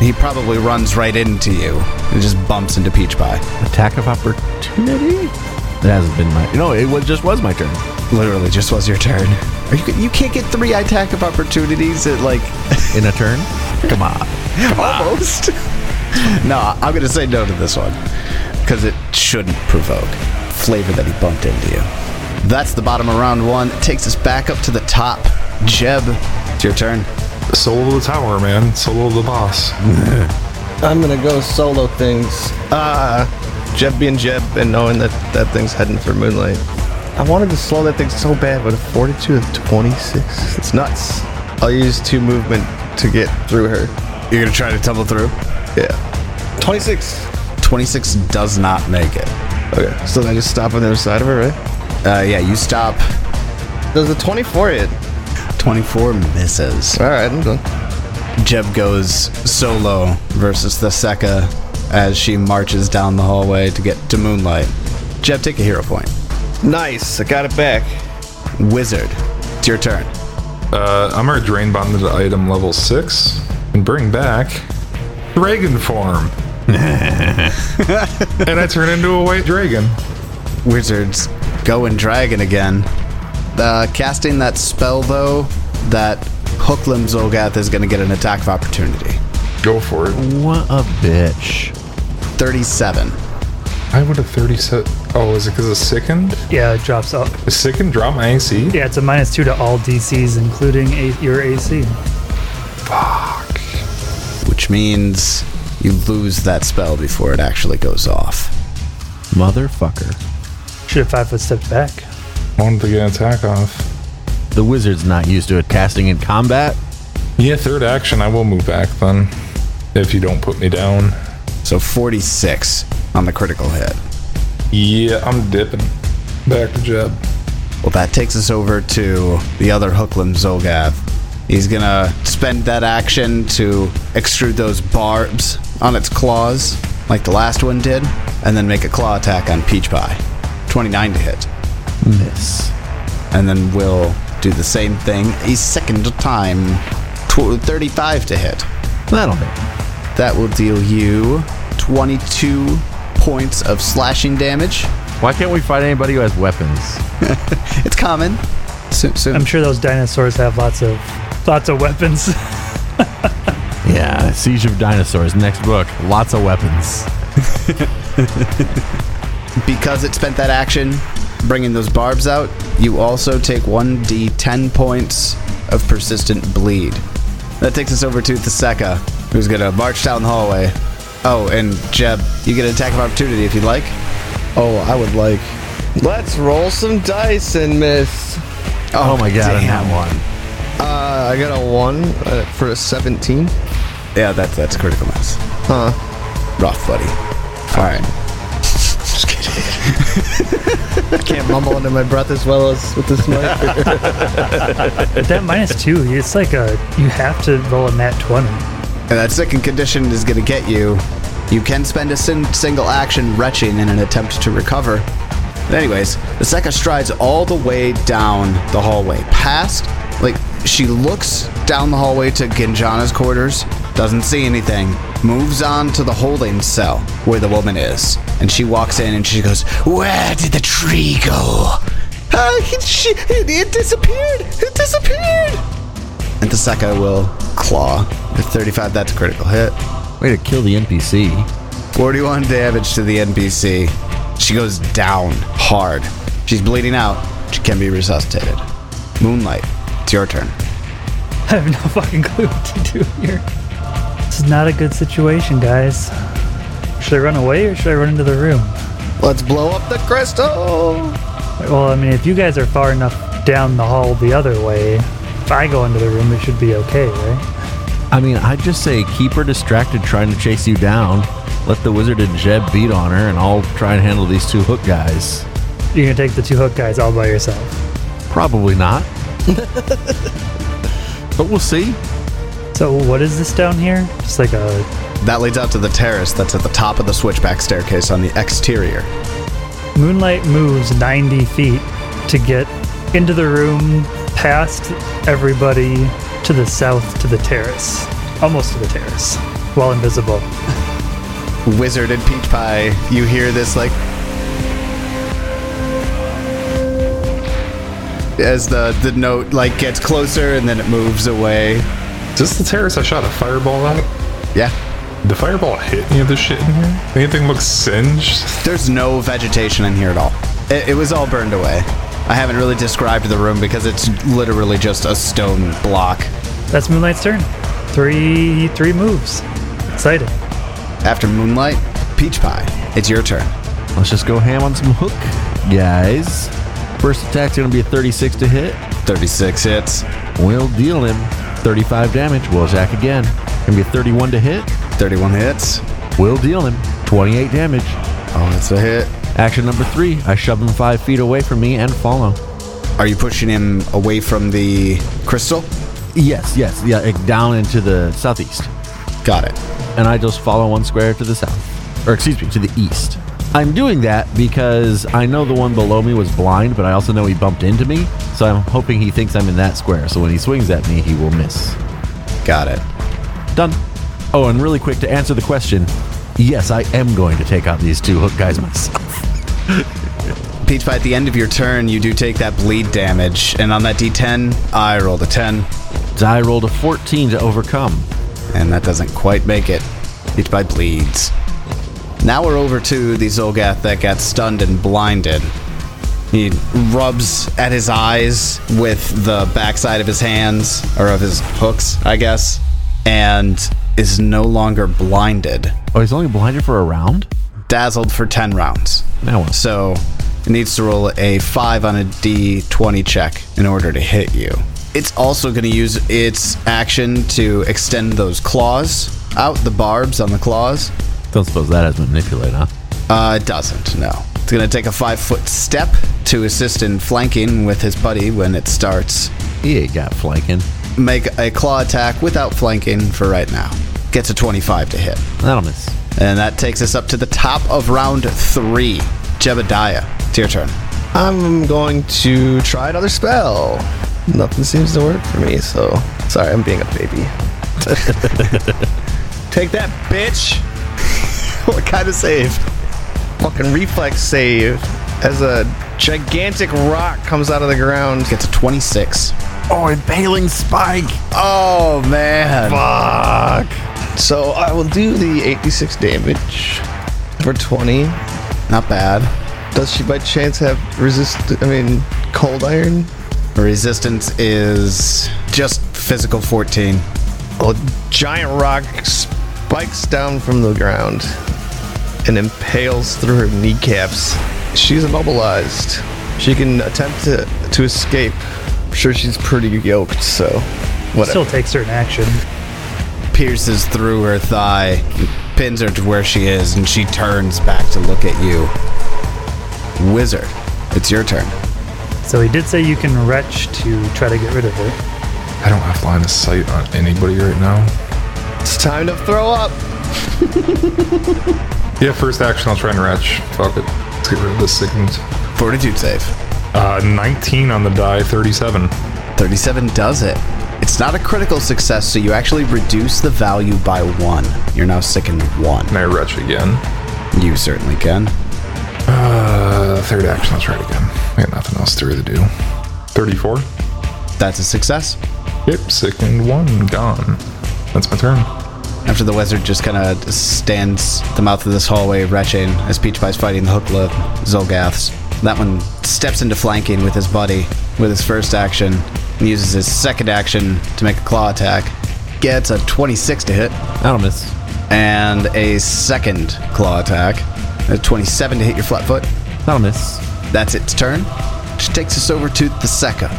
S2: He probably runs right into you and just bumps into Peach Pie.
S1: Attack of opportunity? It hasn't been my. No, it was, just was my turn.
S2: Literally, just was your turn. Are you, you can't get three attack of opportunities at like
S1: In a turn? Come on.
S2: Almost. no, I'm going to say no to this one because it shouldn't provoke flavor that he bumped into you. That's the bottom of round one. It takes us back up to the top. Jeb, it's your turn.
S3: Solo the tower, man. Solo the boss.
S5: I'm gonna go solo things. Uh, Jeb being Jeb and knowing that that thing's heading for Moonlight. I wanted to slow that thing so bad, but a 42 of 26? It's nuts. I'll use two movement to get through her.
S2: You're going to try to tumble through?
S5: Yeah. 26!
S2: 26 does not make it.
S5: Okay, so then I just stop on the other side of her, right?
S2: Uh, yeah, you stop.
S5: Does a 24 hit?
S2: 24 misses.
S5: Alright, I'm done.
S2: Jeb goes solo versus the Seka as she marches down the hallway to get to Moonlight. Jeb, take a hero point.
S5: Nice, I got it back.
S2: Wizard, it's your turn.
S3: Uh, I'm gonna drain bonded to item level six and bring back dragon form. and I turn into a white dragon.
S2: wizards go and dragon again. Uh, casting that spell though, that Hooklim Zolgath is going to get an attack of opportunity.
S3: Go for it.
S1: What a bitch.
S2: Thirty-seven.
S3: I would have 37. Oh, is it because of sickened?
S4: Yeah, it drops up.
S3: Is sickened drop my AC?
S4: Yeah, it's a minus two to all DCs, including a- your AC.
S3: Fuck.
S2: which means you lose that spell before it actually goes off.
S1: Motherfucker.
S4: Should have five foot stepped back.
S3: Wanted to get an attack off.
S1: The wizard's not used to it casting in combat.
S3: Yeah, third action. I will move back then. If you don't put me down.
S2: So 46 on the critical hit.
S3: Yeah, I'm dipping. Back to Jeb.
S2: Well, that takes us over to the other Hooklim Zolgath. He's gonna spend that action to extrude those barbs on its claws, like the last one did, and then make a claw attack on Peach Pie. 29 to hit.
S1: Miss.
S2: And then we'll do the same thing a second time. Tw- 35 to hit.
S1: That'll hit.
S2: That will deal you 22 points of slashing damage.
S1: Why can't we fight anybody who has weapons?
S2: It's common. So, so
S4: I'm sure those dinosaurs have lots of lots of weapons.
S1: Yeah, Siege of Dinosaurs, next book. Lots of weapons.
S2: because it spent that action bringing those barbs out, you also take 1d10 points of persistent bleed. That takes us over to Theseka, who's gonna march down the hallway. Oh, and Jeb, you get an attack of opportunity if you'd like.
S5: Oh, I would like. Let's roll some dice and miss.
S1: Oh, my god, and
S2: damn.
S1: that one.
S5: Uh, I got a 1 uh, for a 17.
S2: Yeah, that's that's a critical mass.
S5: Huh.
S2: Rough, buddy. All right.
S5: Can't mumble under my breath as well as with this mic.
S4: But that minus two, it's like a you have to roll a nat twenty.
S2: And that second condition is gonna get you. You can spend a sin- single action retching in an attempt to recover. But anyways, the Seka strides all the way down the hallway, past like she looks down the hallway to Ginjana's quarters, doesn't see anything, moves on to the holding cell where the woman is, and she walks in and she goes, "Where did the tree go?" Uh, it, she, it, it disappeared. It disappeared. And the Seka will claw. With 35, that's a critical hit.
S1: Way to kill the NPC.
S2: 41 damage to the NPC. She goes down hard. She's bleeding out. She can be resuscitated. Moonlight, it's your turn.
S4: I have no fucking clue what to do here. This is not a good situation, guys. Should I run away or should I run into the room?
S5: Let's blow up the crystal.
S4: Well, I mean, if you guys are far enough down the hall the other way, if I go into the room, it should be okay, right?
S1: I mean, I'd just say keep her distracted trying to chase you down. Let the wizard and Jeb beat on her, and I'll try and handle these two hook guys.
S4: You're gonna take the two hook guys all by yourself.
S1: Probably not. but we'll see.
S4: So, what is this down here? Just like a
S2: That leads out to the terrace that's at the top of the switchback staircase on the exterior.
S4: moonlight moves 90 feet to get into the room, past everybody to the south to the terrace, almost to the terrace, while invisible.
S2: Wizard and Peach Pie, you hear this like as the the note like gets closer and then it moves away.
S3: Is this the terrace I shot a fireball at?
S2: Yeah.
S3: The fireball hit any of this shit in here? Anything looks singed?
S2: There's no vegetation in here at all. It, it was all burned away. I haven't really described the room because it's literally just a stone block.
S4: That's Moonlight's turn. Three, three moves. Excited.
S2: After Moonlight, Peach Pie, it's your turn.
S1: Let's just go ham on some hook guys. First attack's gonna be a 36 to hit.
S2: 36 hits,
S1: We'll deal him 35 damage. We'll attack again. Gonna be a 31 to hit.
S2: 31 hits.
S1: We'll deal him 28 damage.
S2: Oh, that's a hit.
S1: Action number three. I shove him five feet away from me and follow.
S2: Are you pushing him away from the crystal?
S1: Yes, yes, yeah, like down into the southeast.
S2: Got it.
S1: and I just follow one square to the south, or excuse me, to the east. I'm doing that because I know the one below me was blind, but I also know he bumped into me, so I'm hoping he thinks I'm in that square, so when he swings at me, he will miss.
S2: Got it.
S1: Done. Oh, and really quick to answer the question yes, I am going to take out these two hook guys myself.
S2: Peach Pie, at the end of your turn, you do take that bleed damage, and on that d10, I rolled a 10,
S1: I rolled a 14 to overcome.
S2: and that doesn't quite make it. Peach Pie bleeds. Now we're over to the Zolgath that got stunned and blinded. He rubs at his eyes with the backside of his hands, or of his hooks, I guess, and is no longer blinded.
S1: Oh, he's only blinded for a round?
S2: Dazzled for 10 rounds.
S1: Now what?
S2: So it needs to roll a 5 on a d20 check in order to hit you. It's also going to use its action to extend those claws out, the barbs on the claws.
S1: Don't suppose that has manipulate, huh?
S2: Uh, it doesn't, no. It's going to take a 5 foot step to assist in flanking with his buddy when it starts.
S1: He ain't got flanking.
S2: Make a claw attack without flanking for right now. Gets a 25 to hit.
S1: That'll miss.
S2: And that takes us up to the top of round 3. Jebediah, it's your turn.
S5: I'm going to try another spell. Nothing seems to work for me, so sorry, I'm being a baby. Take that, bitch! what kind of save? Fucking reflex save. As a gigantic rock comes out of the ground.
S2: Gets a 26.
S1: Oh, impaling spike!
S2: Oh man.
S5: Fuck. So I will do the 86 damage for 20.
S2: Not bad.
S5: Does she by chance have resist? I mean, cold iron?
S2: Resistance is just physical 14.
S5: A giant rock spikes down from the ground and impales through her kneecaps. She's immobilized. She can attempt to, to escape. I'm sure she's pretty yoked, so whatever.
S4: Still takes certain action.
S2: Pierces through her thigh, pins her to where she is, and she turns back to look at you. Wizard, it's your turn.
S4: So he did say you can retch to try to get rid of it.
S3: I don't have line of sight on anybody right now.
S5: It's time to throw up.
S3: Yeah, first action, I'll try and retch. Fuck it. Let's get rid of this sickness.
S2: Fortitude save.
S3: Uh, 19 on the die, 37.
S2: 37 does it. It's not a critical success, so you actually reduce the value by one. You're now sickened one.
S3: And I retch again.
S2: You certainly can.
S3: Uh, third action, I'll try it again. I got nothing else to really do. 34.
S2: That's a success.
S3: Yep, sickened one, gone. That's my turn.
S2: After the wizard just kind of stands at the mouth of this hallway, retching as Peach Pie's fighting the Hookla Zolgaths. That one steps into flanking with his buddy with his first action and uses his second action to make a claw attack. Gets a 26 to hit
S1: That'll miss.
S2: and a second claw attack. A 27 to hit your flat foot.
S1: That'll miss.
S2: That's its turn. Which takes us over to the Seka.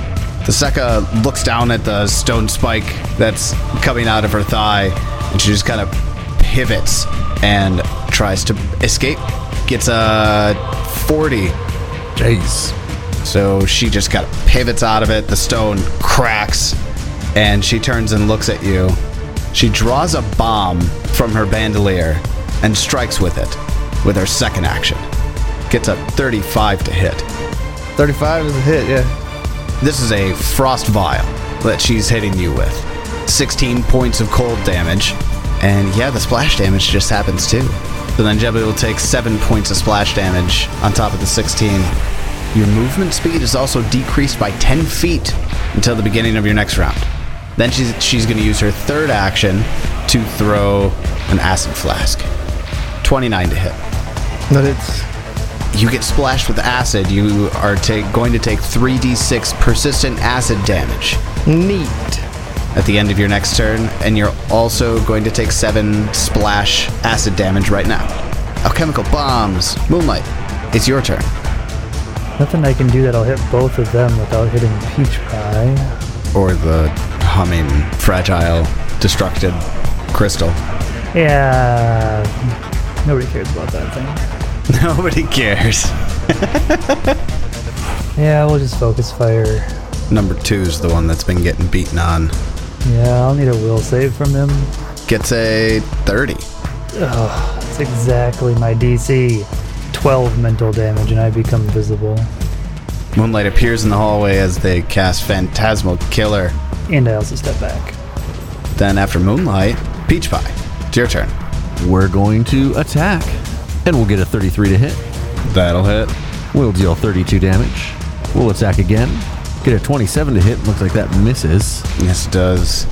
S2: The Seka looks down at the stone spike that's coming out of her thigh, and she just kind of pivots and tries to escape. Gets a 40
S1: Jeez.
S2: so she just kind of pivots out of it. The stone cracks, and she turns and looks at you. She draws a bomb from her bandolier and strikes with it with her second action. Gets a 35 to hit.
S5: 35 is a hit, yeah.
S2: This is a frost vial that she's hitting you with. 16 points of cold damage. And yeah, the splash damage just happens too. So then Jebu will take 7 points of splash damage on top of the 16. Your movement speed is also decreased by 10 feet until the beginning of your next round. Then she's, she's going to use her third action to throw an acid flask. 29 to hit
S5: But it's
S2: you get splashed with acid, you are ta- going to take 3d6 persistent acid damage
S5: neat.
S2: at the end of your next turn, and you're also going to take 7 splash acid damage right now. Alchemical bombs, Moonlight, it's your turn.
S4: Nothing I can do that'll hit both of them without hitting Peach Pie.
S2: Or the humming, fragile, destructed crystal.
S4: Yeah. Nobody cares about that thing.
S2: Nobody cares.
S4: Yeah, we'll just focus fire.
S2: Number two is the one that's been getting beaten on.
S4: Yeah, I'll need a will save from him.
S2: Gets a 30.
S4: That's exactly my DC. 12 mental damage, and I become visible.
S2: Moonlight appears in the hallway as they cast Phantasmal Killer.
S4: And I also step back.
S2: Then after Moonlight, Peach Pie. It's your turn.
S1: We're going to attack. And we'll get a 33 to hit.
S2: That'll hit.
S1: We'll deal 32 damage. We'll attack again. Get a 27 to hit. Looks like that misses.
S2: Yes, it does.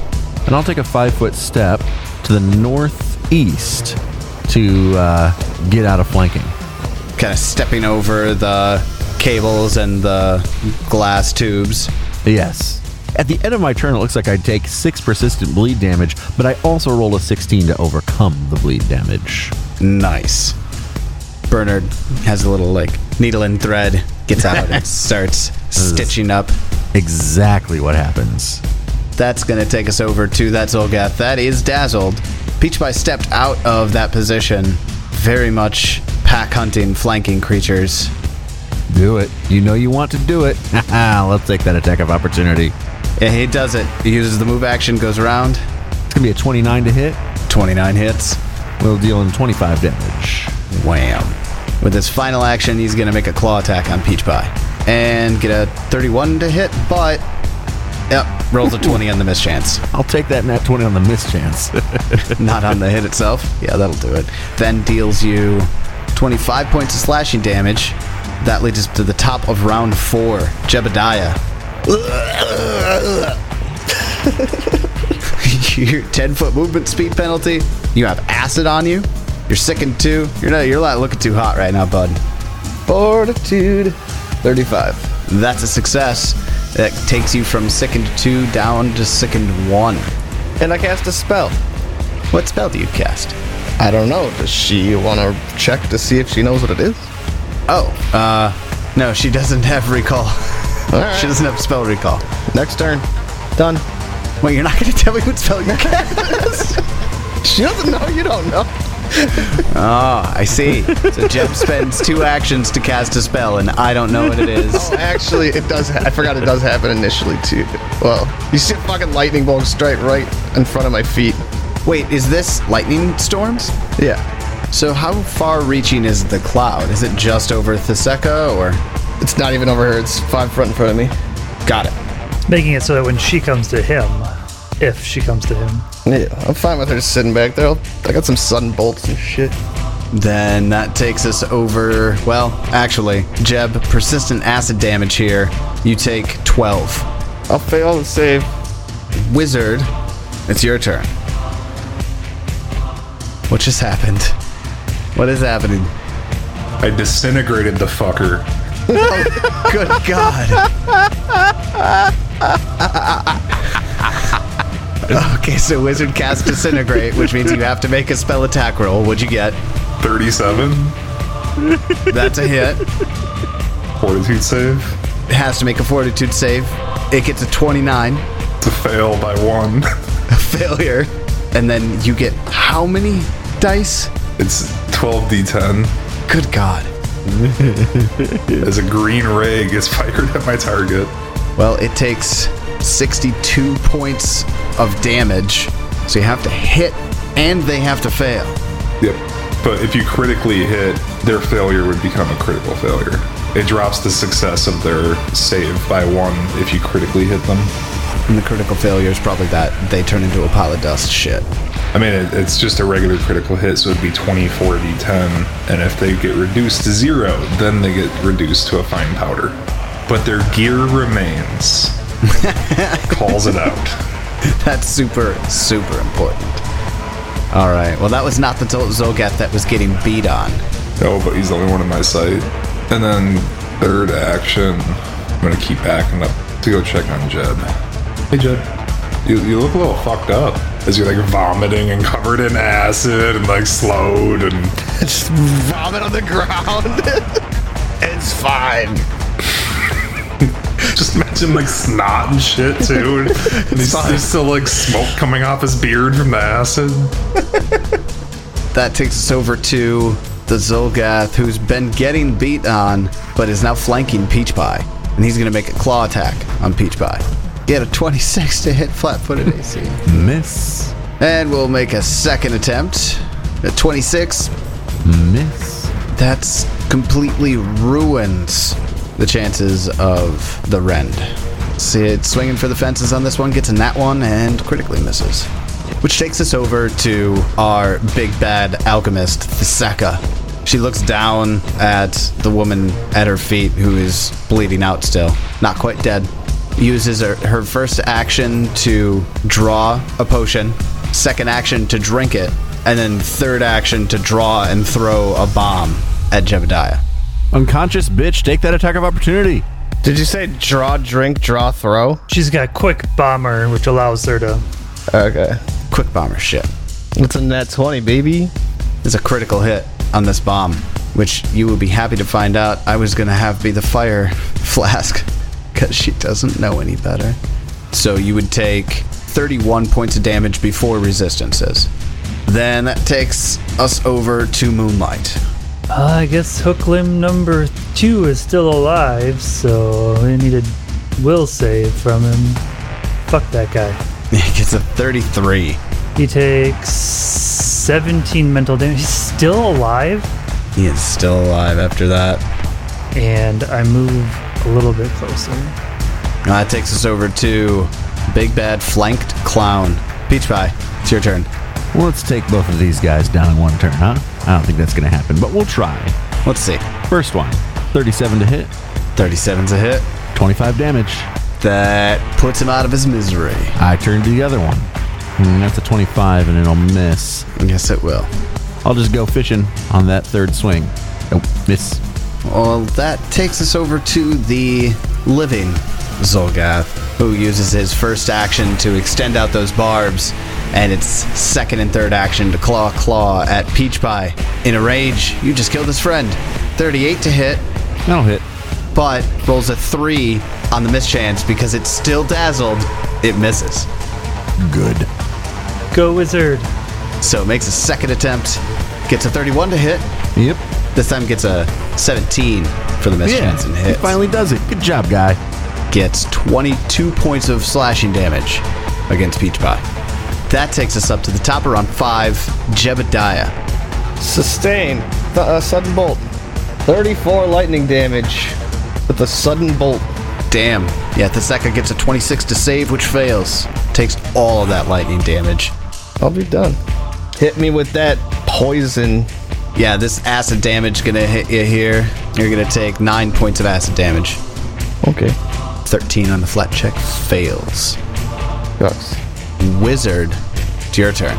S1: And I'll take a five foot step to the northeast to uh, get out of flanking.
S2: Kind of stepping over the cables and the glass tubes.
S1: Yes. At the end of my turn, it looks like I take six persistent bleed damage, but I also roll a 16 to overcome the bleed damage.
S2: Nice. Bernard has a little like needle and thread, gets out and starts stitching up.
S1: Exactly what happens.
S2: That's going to take us over to that Zolgath. That is dazzled. Peach Pie stepped out of that position, very much pack hunting, flanking creatures.
S1: Do it. You know you want to do it. Haha, Let's take that attack of opportunity.
S2: Yeah, he does it. He uses the move action, goes around.
S1: It's going to be a 29 to hit.
S2: 29 hits.
S1: We'll deal in 25 damage.
S2: Wham. With his final action, he's going to make a claw attack on Peach Pie and get a 31 to hit, but. Yep, rolls a 20 on the miss chance.
S1: I'll take that nat 20 on the miss chance.
S2: Not on the hit itself. Yeah, that'll do it. Then deals you 25 points of slashing damage. That leads us to the top of round four. Jebediah. your 10 foot movement speed penalty. You have acid on you. You're sickened too. You're not, you're not looking too hot right now, bud.
S5: Fortitude 35.
S2: That's a success. That takes you from sickened two down to sickened one.
S5: And I cast a spell.
S2: What spell do you cast?
S5: I don't know. Does she want to check to see if she knows what it is?
S2: Oh, uh, no, she doesn't have recall. she doesn't have spell recall.
S5: Next turn. Done.
S2: Wait, you're not going to tell me what spell you cast?
S5: She doesn't know. You don't know.
S2: Ah, I see. So Jeb spends two actions to cast a spell, and I don't know what it is.
S5: Oh, actually, it does. Ha- I forgot it does happen initially too. Well, you see a fucking lightning bolt straight right in front of my feet.
S2: Wait, is this lightning storms?
S5: Yeah.
S2: So how far-reaching is the cloud? Is it just over Theseka, or?
S5: It's not even over her. It's five front in front of me.
S2: Got it.
S4: Making it so that when she comes to him, if she comes to him,
S5: Yeah, I'm fine with her sitting back there. I'll- I got some sun bolts and shit.
S2: Then that takes us over. Well, actually, Jeb, persistent acid damage here. You take 12.
S5: I'll fail and save.
S2: Wizard, it's your turn. What just happened? What is happening?
S3: I disintegrated the fucker.
S2: Good God. okay, so Wizard casts Disintegrate, which means you have to make a spell attack roll. What'd you get?
S3: 37?
S2: That's a hit.
S3: Fortitude save
S2: It has to make a fortitude save. It gets a 29,
S3: to fail by one.
S2: a failure. And then you get how many dice?
S3: It's 12d10
S2: Good God.
S3: as a green ray gets fired at my target.
S2: Well, it takes 62 points of damage. So you have to hit and they have to fail.
S3: Yep. But if you critically hit, their failure would become a critical failure. It drops the success of their save by one if you critically hit them.
S2: And the critical failure is probably that they turn into a pile of dust shit.
S3: I mean, it, it's just a regular critical hit, so it'd be 24 d10. And if they get reduced to zero, then they get reduced to a fine powder. But their gear remains. Calls it out.
S2: That's super, super important. All right. Well, that was not the Zo- Zogath that was getting beat on.
S3: Oh, but he's the only one in my sight. And then third action, I'm gonna keep backing up to go check on Jeb. Hey, Jeb, you, you look a little fucked up. As you're like vomiting and covered in acid and like slowed and
S5: Just vomit on the ground. it's fine.
S3: Just imagine like snot and shit too. And he's, there's still like smoke coming off his beard from the acid.
S2: That takes us over to the Zolgath, who's been getting beat on, but is now flanking Peach Pie. And he's going to make a claw attack on Peach Pie. He had a 26 to hit flat footed AC.
S1: Miss.
S2: And we'll make a second attempt. A 26.
S1: Miss.
S2: That's completely ruins the chances of the rend. See it swinging for the fences on this one, gets in that one, and critically misses. Which takes us over to our big bad alchemist, Theseka. She looks down at the woman at her feet who is bleeding out still, not quite dead. Uses her, her first action to draw a potion, second action to drink it, and then third action to draw and throw a bomb at Jebediah.
S1: Unconscious bitch, take that attack of opportunity.
S5: Did you say draw, drink, draw, throw?
S4: She's got quick bomber, which allows her to.
S5: Okay.
S2: Quick bomber shit.
S5: What's in that 20, baby?
S2: is a critical hit on this bomb, which you will be happy to find out I was going to have be the fire flask because she doesn't know any better. So you would take 31 points of damage before resistances. Then that takes us over to Moonlight.
S4: Uh, I guess hook limb number two is still alive, so I need a will save from him. Fuck that guy.
S2: He gets a 33.
S4: He takes 17 mental damage. He's still alive,
S2: He is still alive after that.
S4: and I move a little bit closer.
S2: Now that takes us over to Big Bad Flanked Clown. Peach Pie, it's your turn.
S1: Let's take both of these guys down in one turn, huh? I don't think that's going to happen, but we'll try.
S2: Let's see.
S1: First one 37 to hit,
S2: 37's a hit.
S1: 25 damage.
S2: That puts him out of his misery.
S1: I turn to the other one. Mm, that's a 25 and it'll miss.
S2: Yes, it will.
S1: I'll just go fishing on that third swing. Nope, miss.
S2: Well, that takes us over to the living Zolgath, who uses his first action to extend out those barbs, and its second and third action to claw claw at Peach Pie. In a rage, you just killed his friend. 38 to hit,
S1: That'll hit.
S2: but rolls a 3 on the mischance because it's still dazzled. It misses.
S1: Good.
S4: Go, wizard!
S2: So it makes a second attempt, gets a 31 to hit.
S1: Yep.
S2: This time gets a 17 for the mischance and
S1: he
S2: hit.
S1: finally does it. Good job, guy.
S2: gets 22 points of slashing damage against Peach Pie. That takes us up to the top around five, Jebediah.
S5: Sustain. Th- uh, sudden bolt. 34 lightning damage with a sudden bolt.
S2: Damn. Yeah, Theseka gets a 26 to save, which fails. Takes all of that lightning damage.
S5: I'll be done. Hit me with that poison.
S2: Yeah, this acid damage gonna hit you here. You're gonna take nine points of acid damage.
S5: Okay.
S2: 13 on the flat check fails.
S5: Sucks.
S2: Wizard, it's your turn.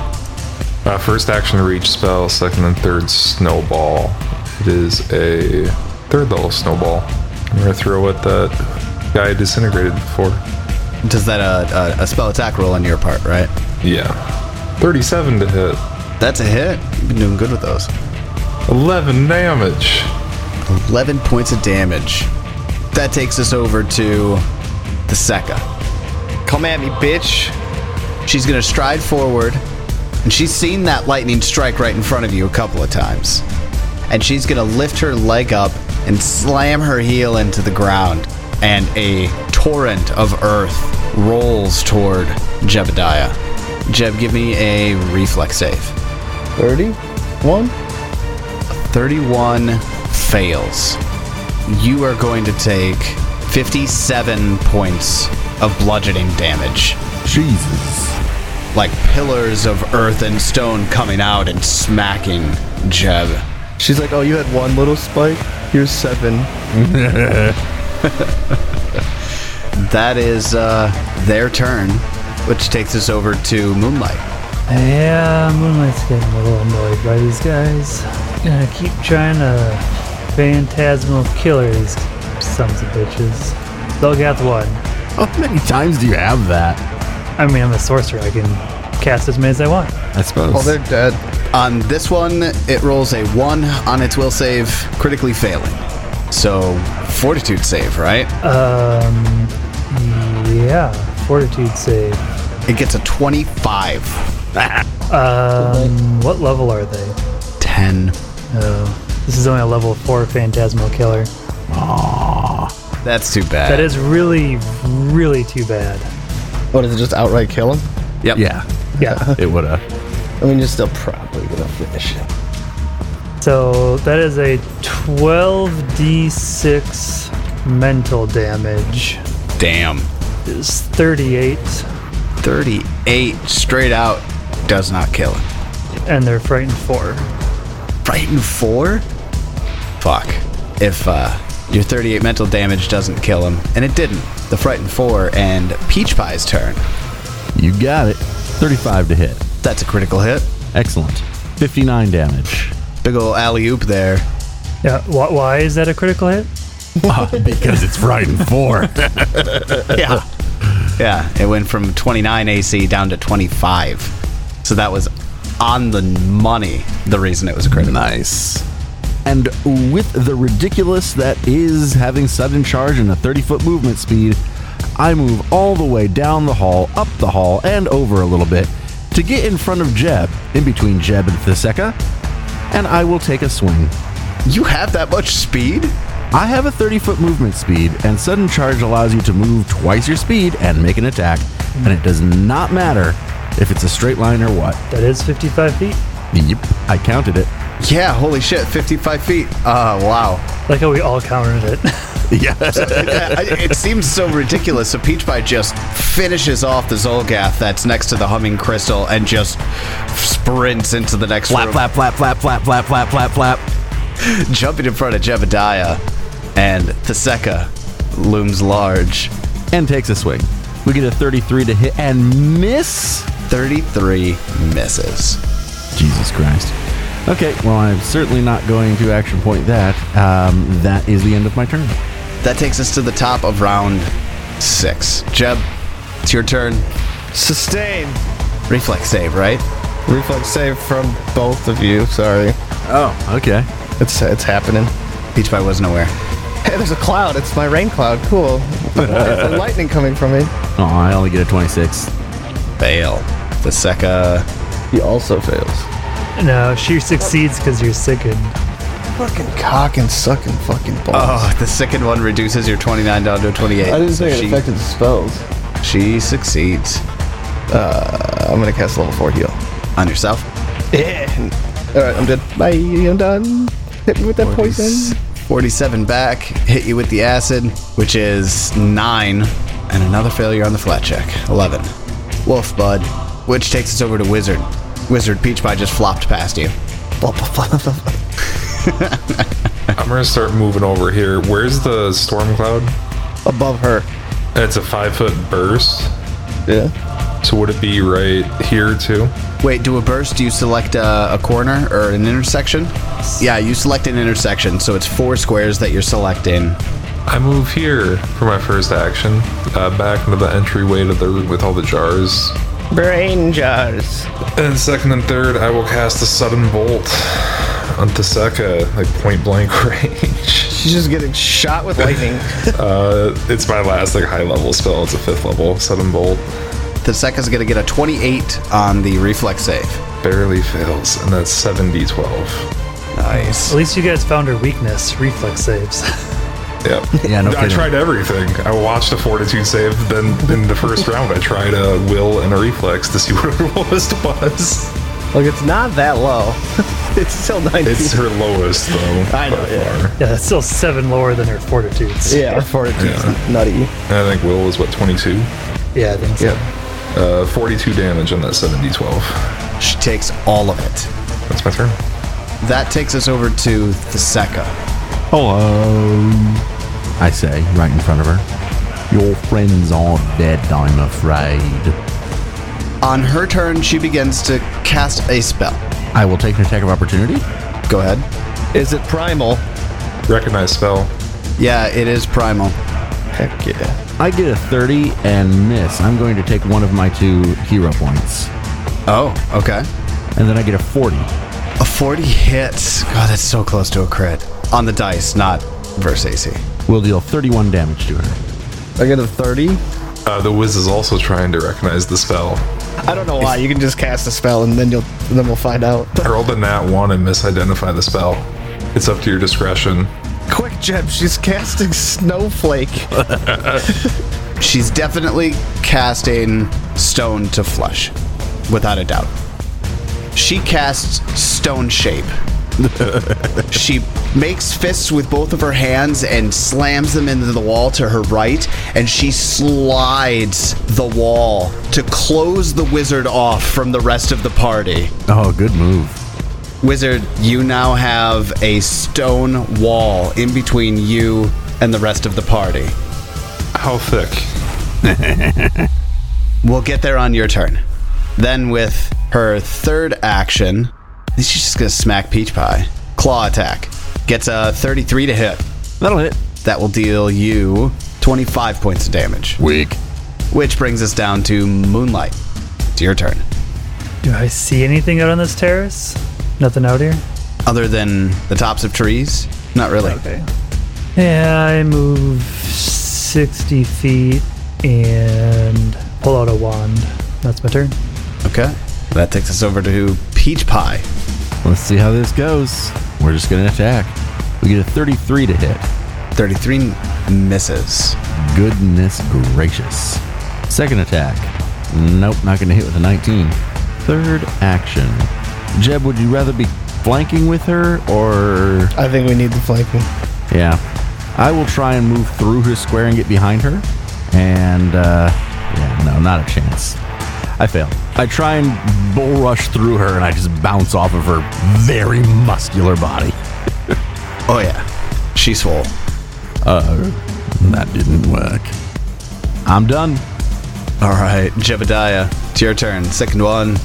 S3: Uh, first action reach spell, second and third snowball. It is a third level snowball. I'm gonna throw at that guy I disintegrated before.
S2: Does that uh, a, a spell attack roll on your part, right?
S3: Yeah. 37 to hit.
S2: That's a hit. You've been doing good with those.
S3: 11 damage.
S2: 11 points of damage. That takes us over to the Sekka.
S5: Come at me, bitch.
S2: She's going to stride forward, and she's seen that lightning strike right in front of you a couple of times. And she's going to lift her leg up and slam her heel into the ground, and a torrent of earth rolls toward Jebediah. Jeb, give me a reflex save.
S5: 30? One?
S2: 31 fails. You are going to take 57 points of bludgeoning damage
S1: Jesus.
S2: like pillars of earth and stone coming out and smacking Jeb.
S5: She's like, oh, you had one little spike? Here's seven.
S2: That is uh, their turn, which takes us over to Moonlight.
S4: Yeah, Moonlight's getting a little annoyed by these guys. Gonna keep trying to phantasmal killer these sons of bitches. They'll get one.
S1: How many times do you have that?
S4: I mean, I'm a sorcerer. I can cast as many as I want.
S1: I suppose.
S5: Oh, they're dead.
S2: On this one, it rolls a 1 on its will save, critically failing. So, fortitude save, right?
S5: Uh.
S4: Um, yeah, fortitude save.
S2: It gets a 25.
S4: Um, what level are they?
S2: 10.
S4: Oh, this is only a level four phantasmal killer.
S2: That's too bad.
S4: That is really, really too bad.
S5: What, does it just outright kill him?
S2: Yep.
S1: yeah,
S4: Yeah.
S1: it would have.
S5: I mean, you're still probably gonna finish it.
S4: So that is a 12d6 mental damage.
S2: Damn.
S4: Is 38,
S2: 38 straight out does not kill it.
S4: and they're frightened four.
S2: Frightened four? Fuck. If uh, your 38 mental damage doesn't kill him, and it didn't, the Frightened four and Peach Pie's turn.
S1: You got it. 35 to hit.
S2: That's a critical hit.
S1: Excellent. 59 damage.
S2: Big ol' alley oop there.
S4: Yeah. Why, why is that a critical hit?
S1: Ah, because it's right in four.
S2: Yeah. yeah, it went from 29 AC down to 25. So that was on the money, the reason it was a critical.
S1: nice. And with the ridiculous that is having sudden charge and a 30 foot movement speed, I move all the way down the hall, up the hall, and over a little bit to get in front of Jeb, in between Jeb and Theseka, and I will take a swing.
S2: You have that much speed?
S1: I have a 30 foot movement speed, and sudden charge allows you to move twice your speed and make an attack, and it does not matter if it's a straight line or what.
S4: That is 55 feet.
S1: Yep, I counted it.
S2: Yeah, holy shit, 55 feet. Uh, wow.
S4: Like how we all counted it.
S2: Yeah, I- it seems so ridiculous. So Peach Pie just finishes off the Zolgath that's next to the humming crystal and just sprints into the next
S1: Flap,
S2: room,
S1: flap, flap, flap, flap, flap, flap, flap, flap.
S2: jumping in front of Jebediah, and Theseka looms large.
S1: and takes a swing. We get a 33 to hit and miss.
S2: Thirty-three misses.
S1: Jesus Christ. Okay, well, I'm certainly not going to action point that. Um, that is the end of my turn.
S2: That takes us to the top of round six. Jeb, it's your turn.
S5: Sustain.
S2: Reflex save, right?
S5: Reflex save from both of you. Sorry.
S1: Oh, okay.
S5: It's, it's happening.
S2: Peach Pie wasn't aware.
S5: Hey, there's a cloud. It's my rain cloud. Cool. There's the lightning coming from me.
S1: Oh, I only get a 26.
S2: Fail. Theseka.
S5: He also fails.
S4: no, she succeeds because you're sickened.
S5: Fucking cock and sucking fucking balls.
S2: Oh, the second one reduces your 29 down to a 28.
S5: Ah. I didn't
S2: So
S5: think it
S2: she-
S5: affected spells.
S2: She succeeds.
S5: I'm gonna cast level four heal.
S2: On yourself?
S5: All right, I'm dead. Bye. I'm done. Hit me with that poison.
S2: 47 back, hit you with the acid, which is 9, and another failure on the flat check. 11. Wolf Bud, which takes us over to Wizard. Wizard Peach Pie just flopped past you.
S3: I'm gonna start moving over here. Where's the storm cloud?
S5: Above her.
S3: It's a five foot burst.
S5: Yeah.
S3: So would it be right here too?
S2: Wait, do a burst, do you select a, a corner or an intersection? Yeah, you select an intersection, so it's four squares that you're selecting.
S3: I move here for my first action, uh, back into the entryway to the with all the jars.
S5: Brain jars.
S3: And second and third, I will cast a sudden bolt on Taseka, like point blank range.
S5: She's just getting shot with lightning.
S3: Uh, it's my last like high level spell. It's a fifth level, seven bolt.
S2: The second's going to get a 28 on the reflex save.
S3: Barely fails, and that's seven d twelve.
S2: Nice.
S4: At least you guys found her weakness, reflex saves.
S3: Yep.
S1: Yeah, no
S3: I
S1: kidding.
S3: tried everything. I watched a fortitude save. Then in the first round, I tried a will and a reflex to see what her lowest was.
S5: Look, it's not that low. it's still 19.
S3: It's her lowest though.
S5: I know,
S3: by
S5: yeah.
S3: far.
S4: yeah, that's still seven lower than her fortitudes.
S5: yeah, her fortitude's nutty.
S3: I think will was what twenty two.
S4: Yeah, I think so.
S3: Uh, 42 damage on that 7d12.
S2: She takes all of it.
S3: That's my turn.
S2: That takes us over to the Seka.
S1: Hello. I say, right in front of her. Your friends are dead, I'm afraid.
S2: On her turn, she begins to cast a spell.
S1: I will take an attack of opportunity.
S2: Go ahead.
S5: Is it primal?
S3: Recognize spell.
S2: Yeah, it is primal.
S5: Heck yeah.
S1: I get a 30 and miss. I'm going to take one of my two hero points.
S2: Oh, okay.
S1: And then I get a 40.
S2: A 40 hits. God, that's so close to a crit. On the dice, not verse AC.
S1: Will deal 31 damage to her.
S5: I get a 30.
S3: Uh, the Wiz is also trying to recognize the spell.
S5: I don't know why. You can just cast a spell and then you'll then we'll find out.
S3: I rolled a nat 1 and misidentify the spell. It's up to your discretion.
S5: Quick, Jeb, she's casting snowflake.
S2: She's definitely casting Stone to Flush, without a doubt. She casts Stone Shape. she makes fists with both of her hands and slams them into the wall to her right, and she slides the wall to close the wizard off from the rest of the party.
S1: Oh, good move.
S2: Wizard, you now have a stone wall in between you and the rest of the party.
S3: How thick?
S2: We'll get there on your turn. Then, with her third action, she's just gonna smack Peach Pie. Claw attack. Gets a 33 to hit.
S1: That'll hit.
S2: That will deal you 25 points of damage.
S7: Weak.
S2: Which brings us down to Moonlight. It's your turn.
S4: Do I see anything out on this terrace? Nothing out here?
S2: Other than the tops of trees? Not really.
S4: Yeah, I move 60 feet and pull out a wand. That's my turn.
S2: Okay. That takes us over to Peach Pie.
S1: Let's see how this goes. We're just going to attack. We get a 33 to hit.
S2: 33 misses.
S1: Goodness gracious. Second attack. Nope, not going to hit with a 19. Third action. Jeb, would you rather be flanking with her or.
S5: I think we need the flanking.
S1: Yeah. I will try and move through her square and get behind her. And, uh, yeah, no, not a chance. I fail. I try and bull rush through her and I just bounce off of her very muscular body.
S2: Oh, yeah. She's full.
S1: Uh, that didn't work. I'm done.
S2: All right, Jebediah, it's your turn. Second one.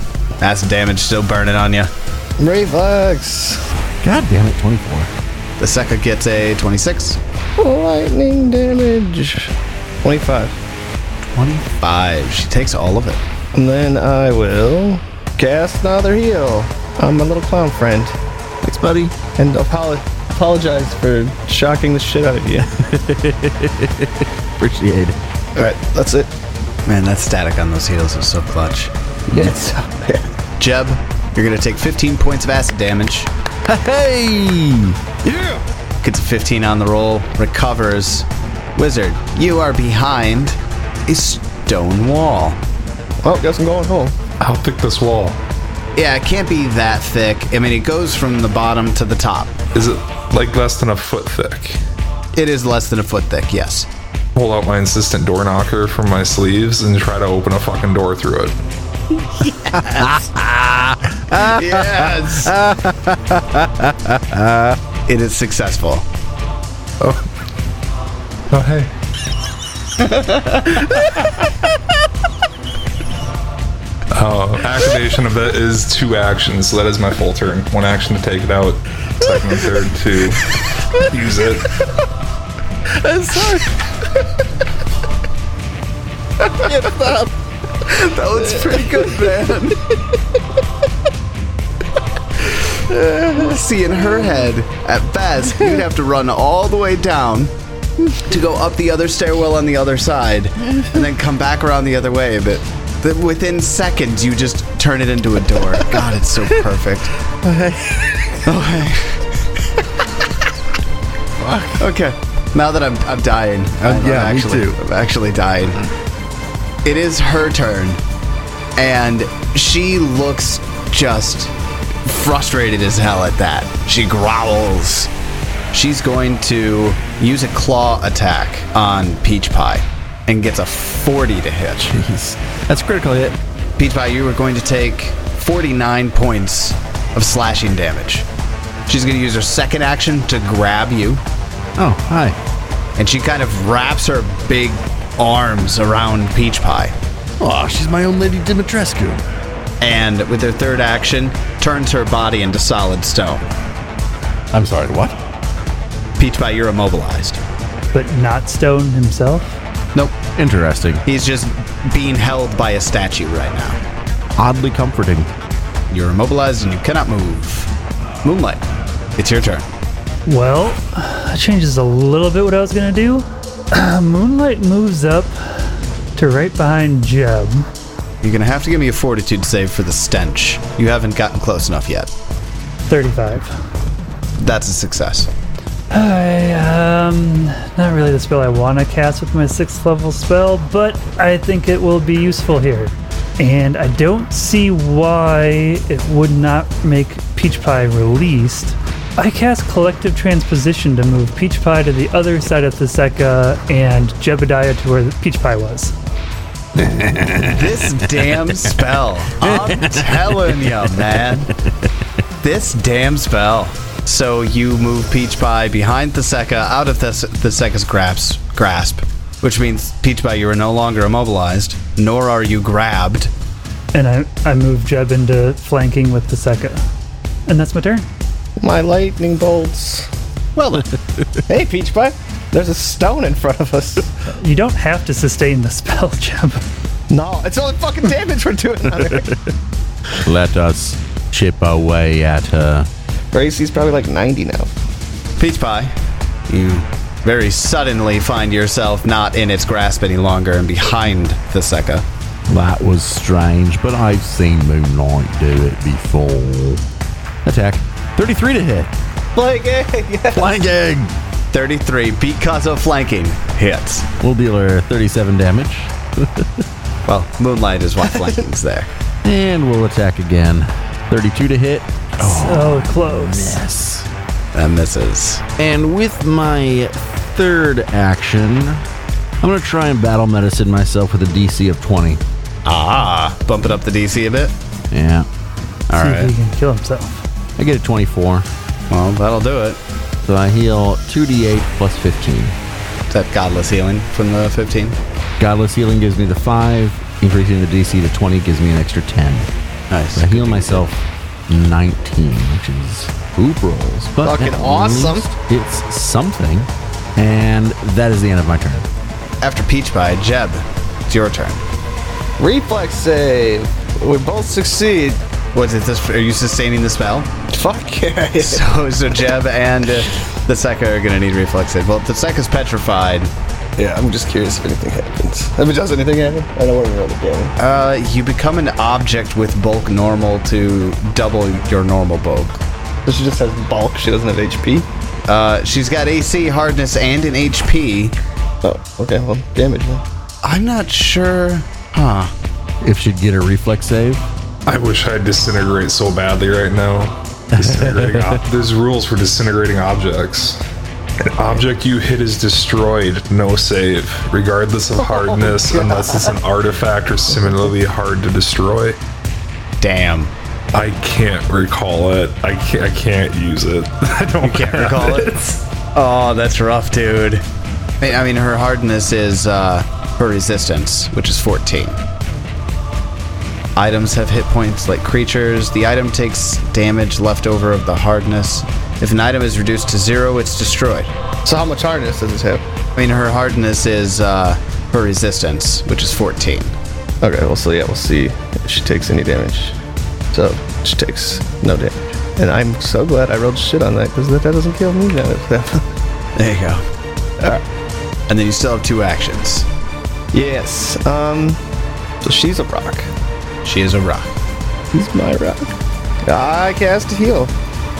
S2: Acid damage still burning on you.
S5: Reflex.
S1: God damn it, 24.
S2: The Sekka gets a 26.
S5: Lightning damage. 25.
S2: 25. She takes all of it.
S5: And then I will cast another heal on my little clown friend.
S1: Thanks, buddy.
S5: And apolo- apologize for shocking the shit out of you.
S1: Appreciate it.
S5: Alright, that's it.
S2: Man, that static on those heals is so clutch.
S1: Yes.
S2: Jeb, you're going to take 15 points of acid damage.
S1: Hey!
S2: Gets a 15 on the roll. Recovers. Wizard, you are behind a stone wall.
S5: Oh, guess I'm going home.
S3: How thick this wall?
S2: Yeah, it can't be that thick. I mean, it goes from the bottom to the top.
S3: Is it like less than a foot thick?
S2: It is less than a foot thick, yes.
S3: Pull out my insistent door knocker from my sleeves and try to open a fucking door through it.
S2: Yes. it is successful.
S3: Oh, hey. oh, activation of that is two actions, so that is my full turn. One action to take it out, second and third to use it.
S2: That was pretty good, man. See, in her head, at best, you'd have to run all the way down to go up the other stairwell on the other side and then come back around the other way. But the, within seconds, you just turn it into a door. God, it's so perfect. Okay. Now that I'm, I'm dying. I'm,
S1: Uh, yeah,
S2: I'm
S1: me
S2: actually,
S1: too.
S2: I'm actually dying. It is her turn, and she looks just frustrated as hell at that. She growls. She's going to use a claw attack on Peach Pie and gets a 40 to hit.
S1: Jeez. That's critical hit.
S2: Peach Pie, you are going to take 49 points of slashing damage. She's going to use her second action to grab you
S1: Oh, hi.
S2: and she kind of wraps her big arms around Peach Pie.
S1: Oh, she's my own Lady Dimitrescu.
S2: And with her third action, turns her body into solid stone.
S1: I'm sorry, what?
S2: Peach Pie, you're immobilized.
S4: But not Stone himself?
S2: Nope.
S1: Interesting.
S2: He's just being held by a statue right now.
S1: Oddly comforting.
S2: You're immobilized and you cannot move. Moonlight, it's your turn.
S4: Well, that changes a little bit what I was gonna do. Moonlight moves up to right behind Jeb.
S2: You're gonna have to give me a fortitude save for the stench. You haven't gotten close enough yet.
S4: 35.
S2: That's a success.
S4: I, um, not really the spell I want to cast with my 6th level spell, but I think it will be useful here. And I don't see why it would not make Peach Pie released. I cast Collective Transposition to move Peach Pie to the other side of the Seca and Jebediah to where Peach Pie was.
S2: This damn spell. I'm telling you, man. This damn spell. So you move Peach Pie behind the Seka, out of the, the Seka's grasp, grasp, which means Peach Pie, you are no longer immobilized, nor are you grabbed.
S4: And I, I move Jeb into flanking with the Seca. And that's my turn.
S5: My lightning bolts.
S2: Well, then,
S5: Hey, Peach Pie. There's a stone in front of us.
S4: You don't have to sustain the spell, Jeb.
S5: No, it's only fucking damage we're doing on her.
S1: Let us chip away at her.
S5: Gracie's probably like 90 now.
S2: Peach Pie, you very suddenly find yourself not in its grasp any longer and behind the Seka.
S1: That was strange, but I've seen Moonlight do it before. Attack. 33 to hit.
S5: Like, hey, yeah.
S1: Flying egg.
S2: 33, because of flanking, hits.
S1: We'll deal her 37 damage.
S2: Well, Moonlight is why flanking's there.
S1: And we'll attack again. 32 to hit.
S2: Oh,
S4: so close.
S1: Yes.
S2: And misses.
S1: And with my third action, I'm going to try and battle medicine myself with a DC of 20.
S2: Ah, bump it up the DC a bit.
S1: Yeah.
S4: See
S2: All
S4: if
S2: right.
S4: he can kill himself.
S1: I get a 24.
S2: Well, that'll do it.
S1: So I heal 2d8 plus 15.
S2: Is that godless healing from the 15?
S1: Godless healing gives me the 5. Increasing the DC to 20 gives me an extra 10.
S2: Nice.
S1: I heal myself 19, which is poop rolls. But
S5: Fucking
S1: at
S5: awesome.
S1: least It's something. And that is the end of my turn.
S2: After Peach by Jeb, it's your turn.
S5: Reflex save. We both succeed.
S2: Was it this? Are you sustaining the spell?
S5: Fuck yeah.
S2: so, so Jeb and uh, the Sekka are gonna need reflex save. Well, the Sekka's petrified.
S5: Yeah, I'm just curious if anything happens. If it does anything happen, I don't want to roll the damage.
S2: Uh, you become an object with bulk normal to double your normal bulk.
S5: So she just has bulk. She doesn't have HP.
S2: Uh, she's got AC, hardness, and an HP.
S5: Oh, okay. Well, damage then.
S2: I'm not sure. Huh.
S1: If she'd get a reflex save.
S3: I wish I disintegrate so badly right now. Disintegrating ob- There's rules for disintegrating objects. An object you hit is destroyed, no save, regardless
S2: Oh,
S3: of hardness, unless it's an artifact or similarly hard to destroy.
S2: Damn.
S3: I can't recall it. I can't, I can't use it. I don't
S2: can't recall it. Oh, that's rough, dude. I I mean, her hardness is uh, her resistance, which is 14. Items have hit points like creatures. The item takes damage left over of the hardness. If an item is reduced to zero, it's destroyed.
S5: So how much hardness does this have?
S2: I mean, her hardness is uh, her resistance, which is 14.
S5: Okay. Well, so yeah, we'll see if she takes any damage. So she takes no damage. And I'm so glad I rolled shit on that because that, that doesn't kill me now.
S2: There you go. And then you still have two actions.
S5: yes. Um. So she's a rock.
S2: She is a rock.
S5: He's my rock. I cast a heal.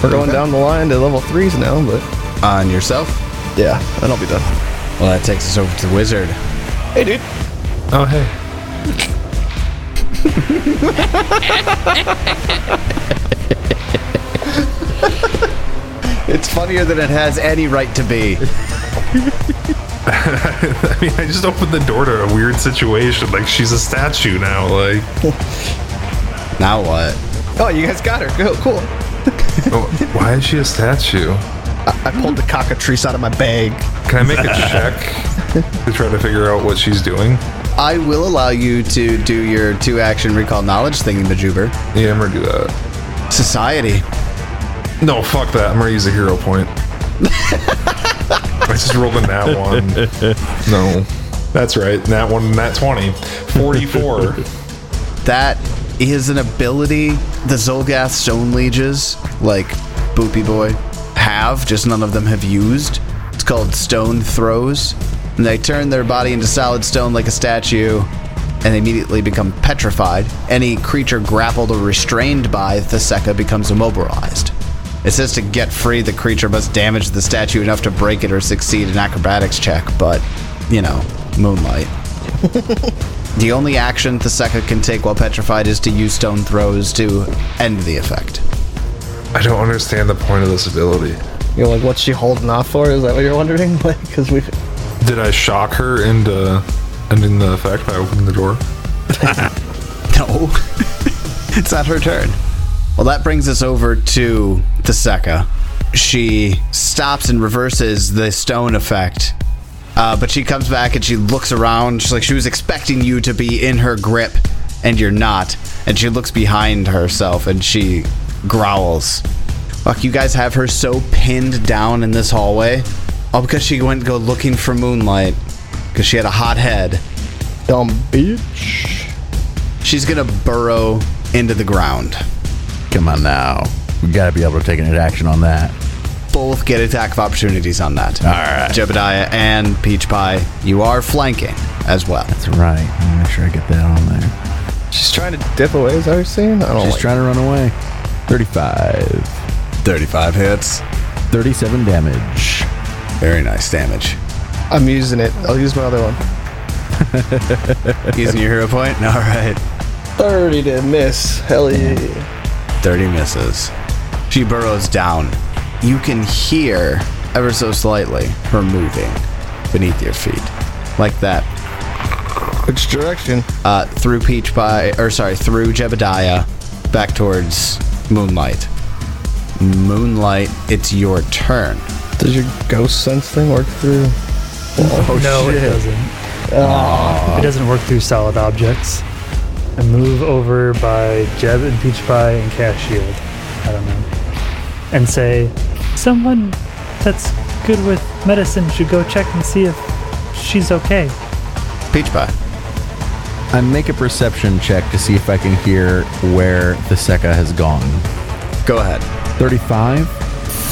S5: We're going
S2: Okay.
S5: down the line to level threes now, but
S2: On yourself.
S5: yeah, and I'll be done.
S2: Well, that takes us over to the wizard.
S5: Hey, dude.
S3: Oh, hey.
S2: It's funnier than it has any right to be.
S3: I mean, I just opened the door to a weird situation. Like, she's a statue now. Like,
S2: now what?
S5: Oh, you guys got her. Cool. cool.
S3: oh, why is she a statue?
S5: I pulled the cockatrice out of my bag.
S3: Can I make a check to try to figure out what she's doing?
S2: I will allow you to do your two action recall knowledge thingy majuber.
S3: Yeah, I'm gonna do that.
S2: Society.
S3: No, fuck that. I'm gonna use a hero point. I just rolled a nat one. No. That's right. Nat one, nat 20. 44.
S2: That is an ability the Zolgath Stone Lieges, like Boopy Boy, have, just none of them have used. It's called Stone Throws. And they turn their body into solid stone like a statue and they immediately become petrified. Any creature grappled or restrained by Theseka becomes immobilized. It says to get free, the creature must damage the statue enough to break it or succeed an acrobatics check, but, you know, moonlight. The only action Theseka can take while petrified is to use stone throws to end the effect.
S3: I don't understand the point of this ability.
S5: You're like, what's she holding off for? Is that what you're wondering? Like, because we.
S3: Did I shock her into ending the effect by opening the door?
S2: No. it's not her turn. Well, that brings us over to Theseka. She stops and reverses the stone effect. Uh, but she comes back and she looks around. She's like, she was expecting you to be in her grip, and you're not. And she looks behind herself and she growls. Fuck, you guys have her so pinned down in this hallway. All because she went to go looking for moonlight. Because she had a hot head.
S5: Dumb bitch.
S2: She's gonna burrow into the ground.
S1: Come on now. We gotta be able to take an action on that.
S2: Both get attack of opportunities on that.
S1: All right.
S2: Jebediah and Peach Pie, you are flanking as well.
S1: That's right. I'll make sure I get that on there.
S5: She's trying to dip away, is that what you're saying? I don't
S1: She's
S5: like
S1: trying to run away. 35.
S2: 35 hits.
S1: 37 damage.
S2: Very nice damage.
S5: I'm using it. I'll use my other one.
S2: Using your hero point? All right.
S5: 30 to miss. Hell yeah.
S2: 30 misses. She burrows down. You can hear, ever so slightly, her moving beneath your feet. Like that.
S5: Which direction?
S2: Uh, through Peach Pie, or sorry, through Jebediah, back towards Moonlight. Moonlight, it's your turn.
S5: Uh, Does your ghost sense thing work through? Oh,
S4: no, it doesn't. It doesn't work through solid objects. I move over by Jeb and Peach Pie and Cash Shield. I don't know. And say, someone that's good with medicine should go check and see if she's okay.
S2: Peach Pie.
S1: I make a perception check to see if I can hear where the Seka has gone.
S2: Go ahead.
S1: 35.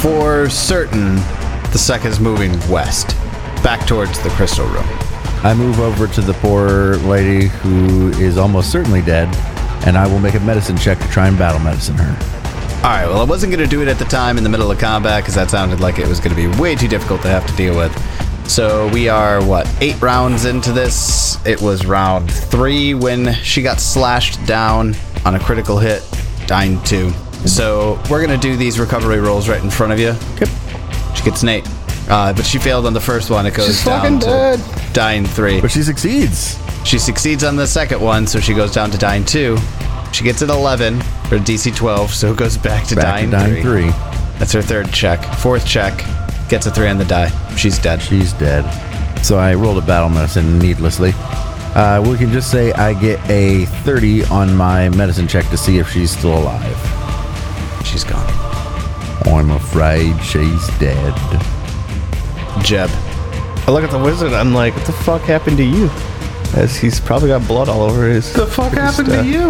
S2: For certain, the sec is moving west, back towards the crystal room.
S1: I move over to the poor lady who is almost certainly dead, and I will make a medicine check to try and battle medicine her.
S2: All right, well, I wasn't going to do it at the time in the middle of combat because that sounded like it was going to be way too difficult to have to deal with. So we are, what, eight rounds into this? It was round three when she got slashed down on a critical hit, dying two. So we're going to do these recovery rolls right in front of you. Yep. She gets an eight. Uh, but she failed on the first one. It goes
S5: She's
S2: down
S5: fucking
S2: to
S5: dead.
S2: dying three.
S1: But she succeeds.
S2: She succeeds on the second one, so she goes down to dying two. She gets an 11 or DC 12, so it goes back to
S1: Back
S2: dying,
S1: to dying
S2: three.
S1: three.
S2: That's her third check. Fourth check, gets a three on the die. She's dead.
S1: She's dead. So I rolled a battle medicine needlessly. Uh, we can just say I get a 30 on my medicine check to see if she's still alive.
S2: She's gone.
S1: I'm afraid she's dead.
S2: Jeb,
S5: I look at the wizard. I'm like, what the fuck happened to you? As he's probably got blood all over his.
S3: The fuck happened to you?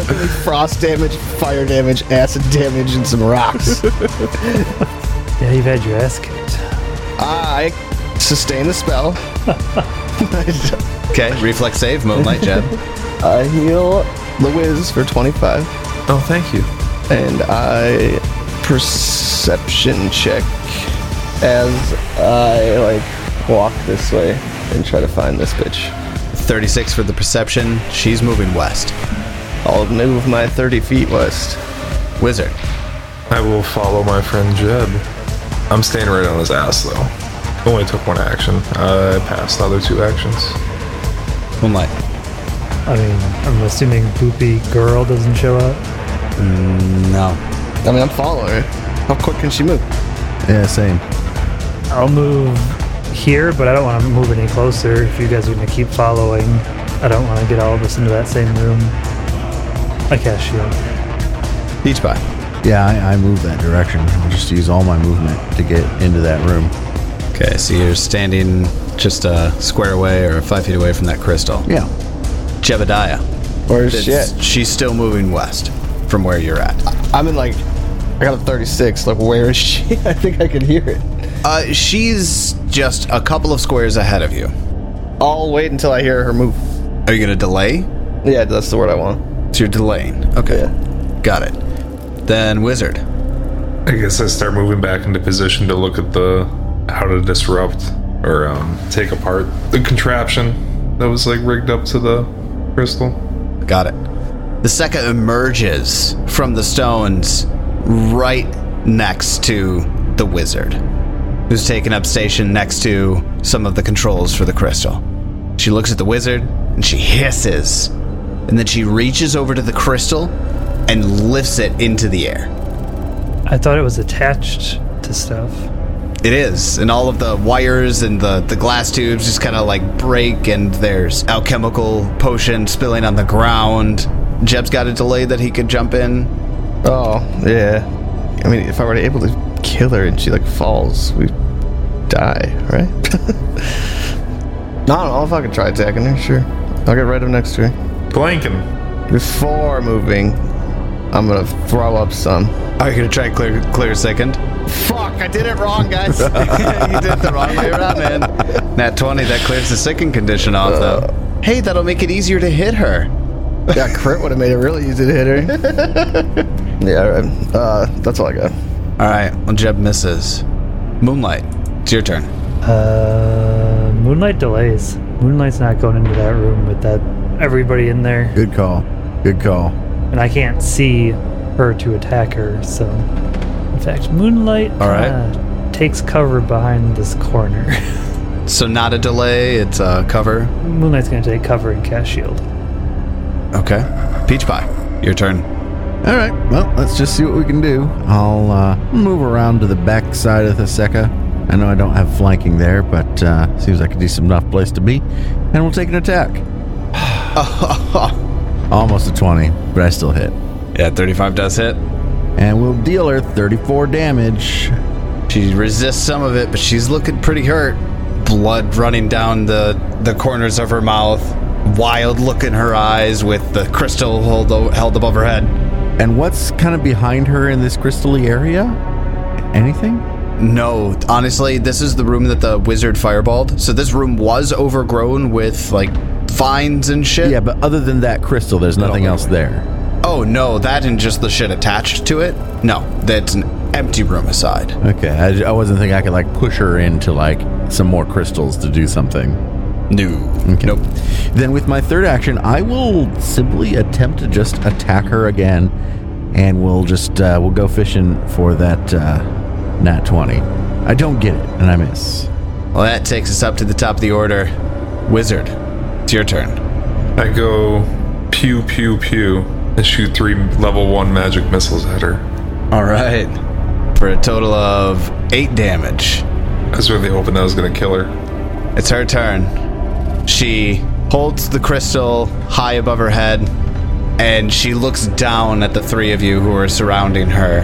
S5: Literally frost damage, fire damage, acid damage, and some rocks.
S4: Yeah, you've had your ass kicked.
S5: I sustain the spell.
S2: Okay, reflex save, moonlight jab.
S5: I heal the whiz for 25,
S2: oh, thank you.
S5: and I perception check as I like walk this way and try to find this bitch.
S2: 36 for the perception. She's moving west.
S5: I'll move my 30 feet west.
S2: Wizard.
S3: I will follow my friend Jed. I'm staying right on his ass though. Only took one action. I passed the other two actions.
S2: Moonlight.
S4: I mean, I'm assuming Poopy Girl doesn't show up.
S2: No.
S5: I mean, I'm following her. How quick can she move?
S1: Yeah, same.
S4: I'll move here, but I don't want to move any closer if you guys are going to keep following. I don't want to get all of us into that same room. I cast shield.
S2: Beach by.
S1: Yeah, I, I move that direction. I'll just use all my movement to get into that room.
S2: Okay, so you're standing just a square away or five feet away from that crystal.
S1: Yeah.
S2: Jebediah.
S5: Or
S2: It's-
S5: shit.
S2: She's still moving west from where you're at.
S5: I'm in like, I got a 36. Like, where is she? I think I can hear it.
S2: Uh, she's just a couple of squares ahead of you.
S5: I'll wait until I hear her move.
S2: Are you going to delay?
S5: Yeah, that's the word I want.
S2: So you're delaying. Okay. Got it. Then wizard.
S3: I guess I start moving back into position to look at the how to disrupt or um, take apart the contraption that was like rigged up to the crystal.
S2: Got it. The second emerges from the stones right next to the wizard, who's taken up station next to some of the controls for the crystal. She looks at the wizard and she hisses, and then she reaches over to the crystal and lifts it into the air.
S4: I thought it was attached to stuff.
S2: It is, and all of the wires and the, the glass tubes just kind of like break, and there's alchemical potion spilling on the ground. Jeb's got a delay that he could jump in.
S5: Oh, yeah. I mean, if I were able to kill her and she like falls, we die, right? no, no, I'll fucking try attacking her. Sure, I'll get right up next to her.
S3: Blanking.
S5: Before moving, I'm gonna throw up some.
S2: Are you gonna try and clear clear a second? Fuck! I did it wrong, guys. you did the wrong way around, man. Nat twenty that clears the second condition off though. Hey, that'll make it easier to hit her.
S5: That crit would have made it really easy to hit her. yeah, all right. Uh, that's all I got.
S2: All right, well Jeb misses. Moonlight, it's your turn.
S4: Uh, moonlight delays. Moonlight's not going into that room with that everybody in there,
S1: Good call. Good call.
S4: and I can't see her to attack her. So, in fact, Moonlight
S2: All right.
S4: uh, takes cover behind this corner.
S2: So not a delay, it's a cover.
S4: Moonlight's gonna take cover and cast shield.
S2: Okay. Peach pie, your turn.
S1: All right. Well, let's just see what we can do. I'll uh, move around to the back side of the Seca. I know I don't have flanking there, but uh, seems like a decent enough place to be. And we'll take an attack. Almost a 20, but I still hit.
S2: Yeah, thirty-five does hit.
S1: And we'll deal her 34 damage.
S2: She resists some of it, but she's looking pretty hurt. Blood running down the, the corners of her mouth, wild look in her eyes with the crystal held, o- held above her head.
S1: And what's kind of behind her in this crystally area? Anything?
S2: No, honestly, this is the room that the wizard fireballed. So this room was overgrown with like vines and shit.
S1: Yeah, but other than that crystal, there's nothing else there.
S2: Oh no, that and just the shit attached to it. No, that's an empty room aside.
S1: Okay, I, I wasn't thinking I could like push her into like some more crystals to do something.
S2: No. Nope.
S1: Then, with my third action, I will simply attempt to just attack her again, and we'll just uh, we'll go fishing for that uh, nat twenty. I don't get it, and I miss.
S2: Well, that takes us up to the top of the order. Wizard, it's your turn.
S3: I go pew pew pew and shoot three level one magic missiles at her.
S2: All right. For a total of eight damage.
S3: I was really hoping that was gonna kill her.
S2: It's her turn. She holds the crystal high above her head and she looks down at the three of you who are surrounding her.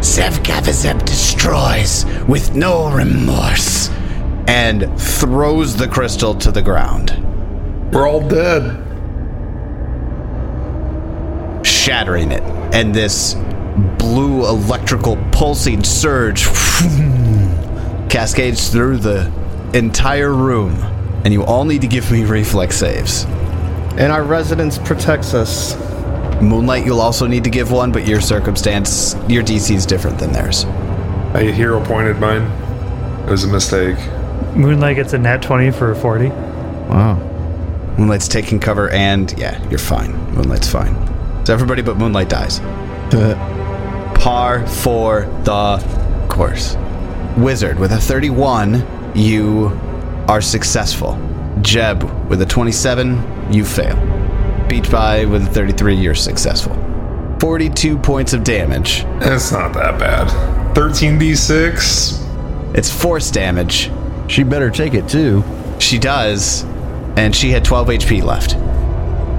S2: Zevgavazeb destroys with no remorse and throws the crystal to the ground.
S3: We're all dead.
S2: shattering it. And this blue electrical pulsing surge cascades through the entire room. And you all need to give me reflex saves.
S5: And our residence protects us.
S2: Moonlight, you'll also need to give one, but your circumstance, your DC is different than theirs.
S3: I hero pointed mine. It was a mistake.
S4: Moonlight gets a nat 20 for 40.
S1: Wow.
S2: Moonlight's taking cover, and yeah, you're fine. Moonlight's fine. So everybody but Moonlight dies. Par for the course. Wizard, with a 31, you are successful. Jeb, with a 27, you fail. Beach by with a 33, you're successful. 42 points of damage.
S3: It's not that bad. 13d6.
S2: It's force damage.
S1: She better take it too.
S2: She does, and she had 12 HP left.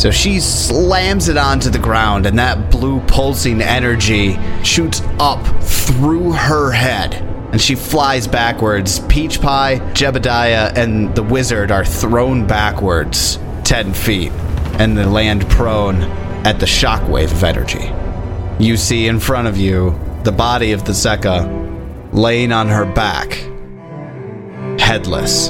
S2: So she slams it onto the ground, and that blue pulsing energy shoots up through her head. And she flies backwards. Peach Pie, Jebediah, and the wizard are thrown backwards 10 feet, and they land prone at the shockwave of energy. You see in front of you the body of the Zeka laying on her back, headless.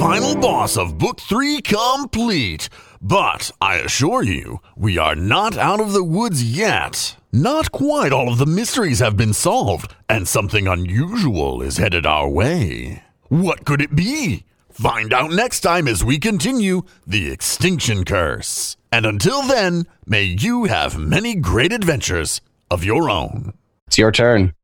S7: Final boss of Book 3 complete. But I assure you, we are not out of the woods yet. Not quite all of the mysteries have been solved, and something unusual is headed our way. What could it be? Find out next time as we continue The Extinction Curse. And until then, may you have many great adventures of your own.
S2: It's your turn.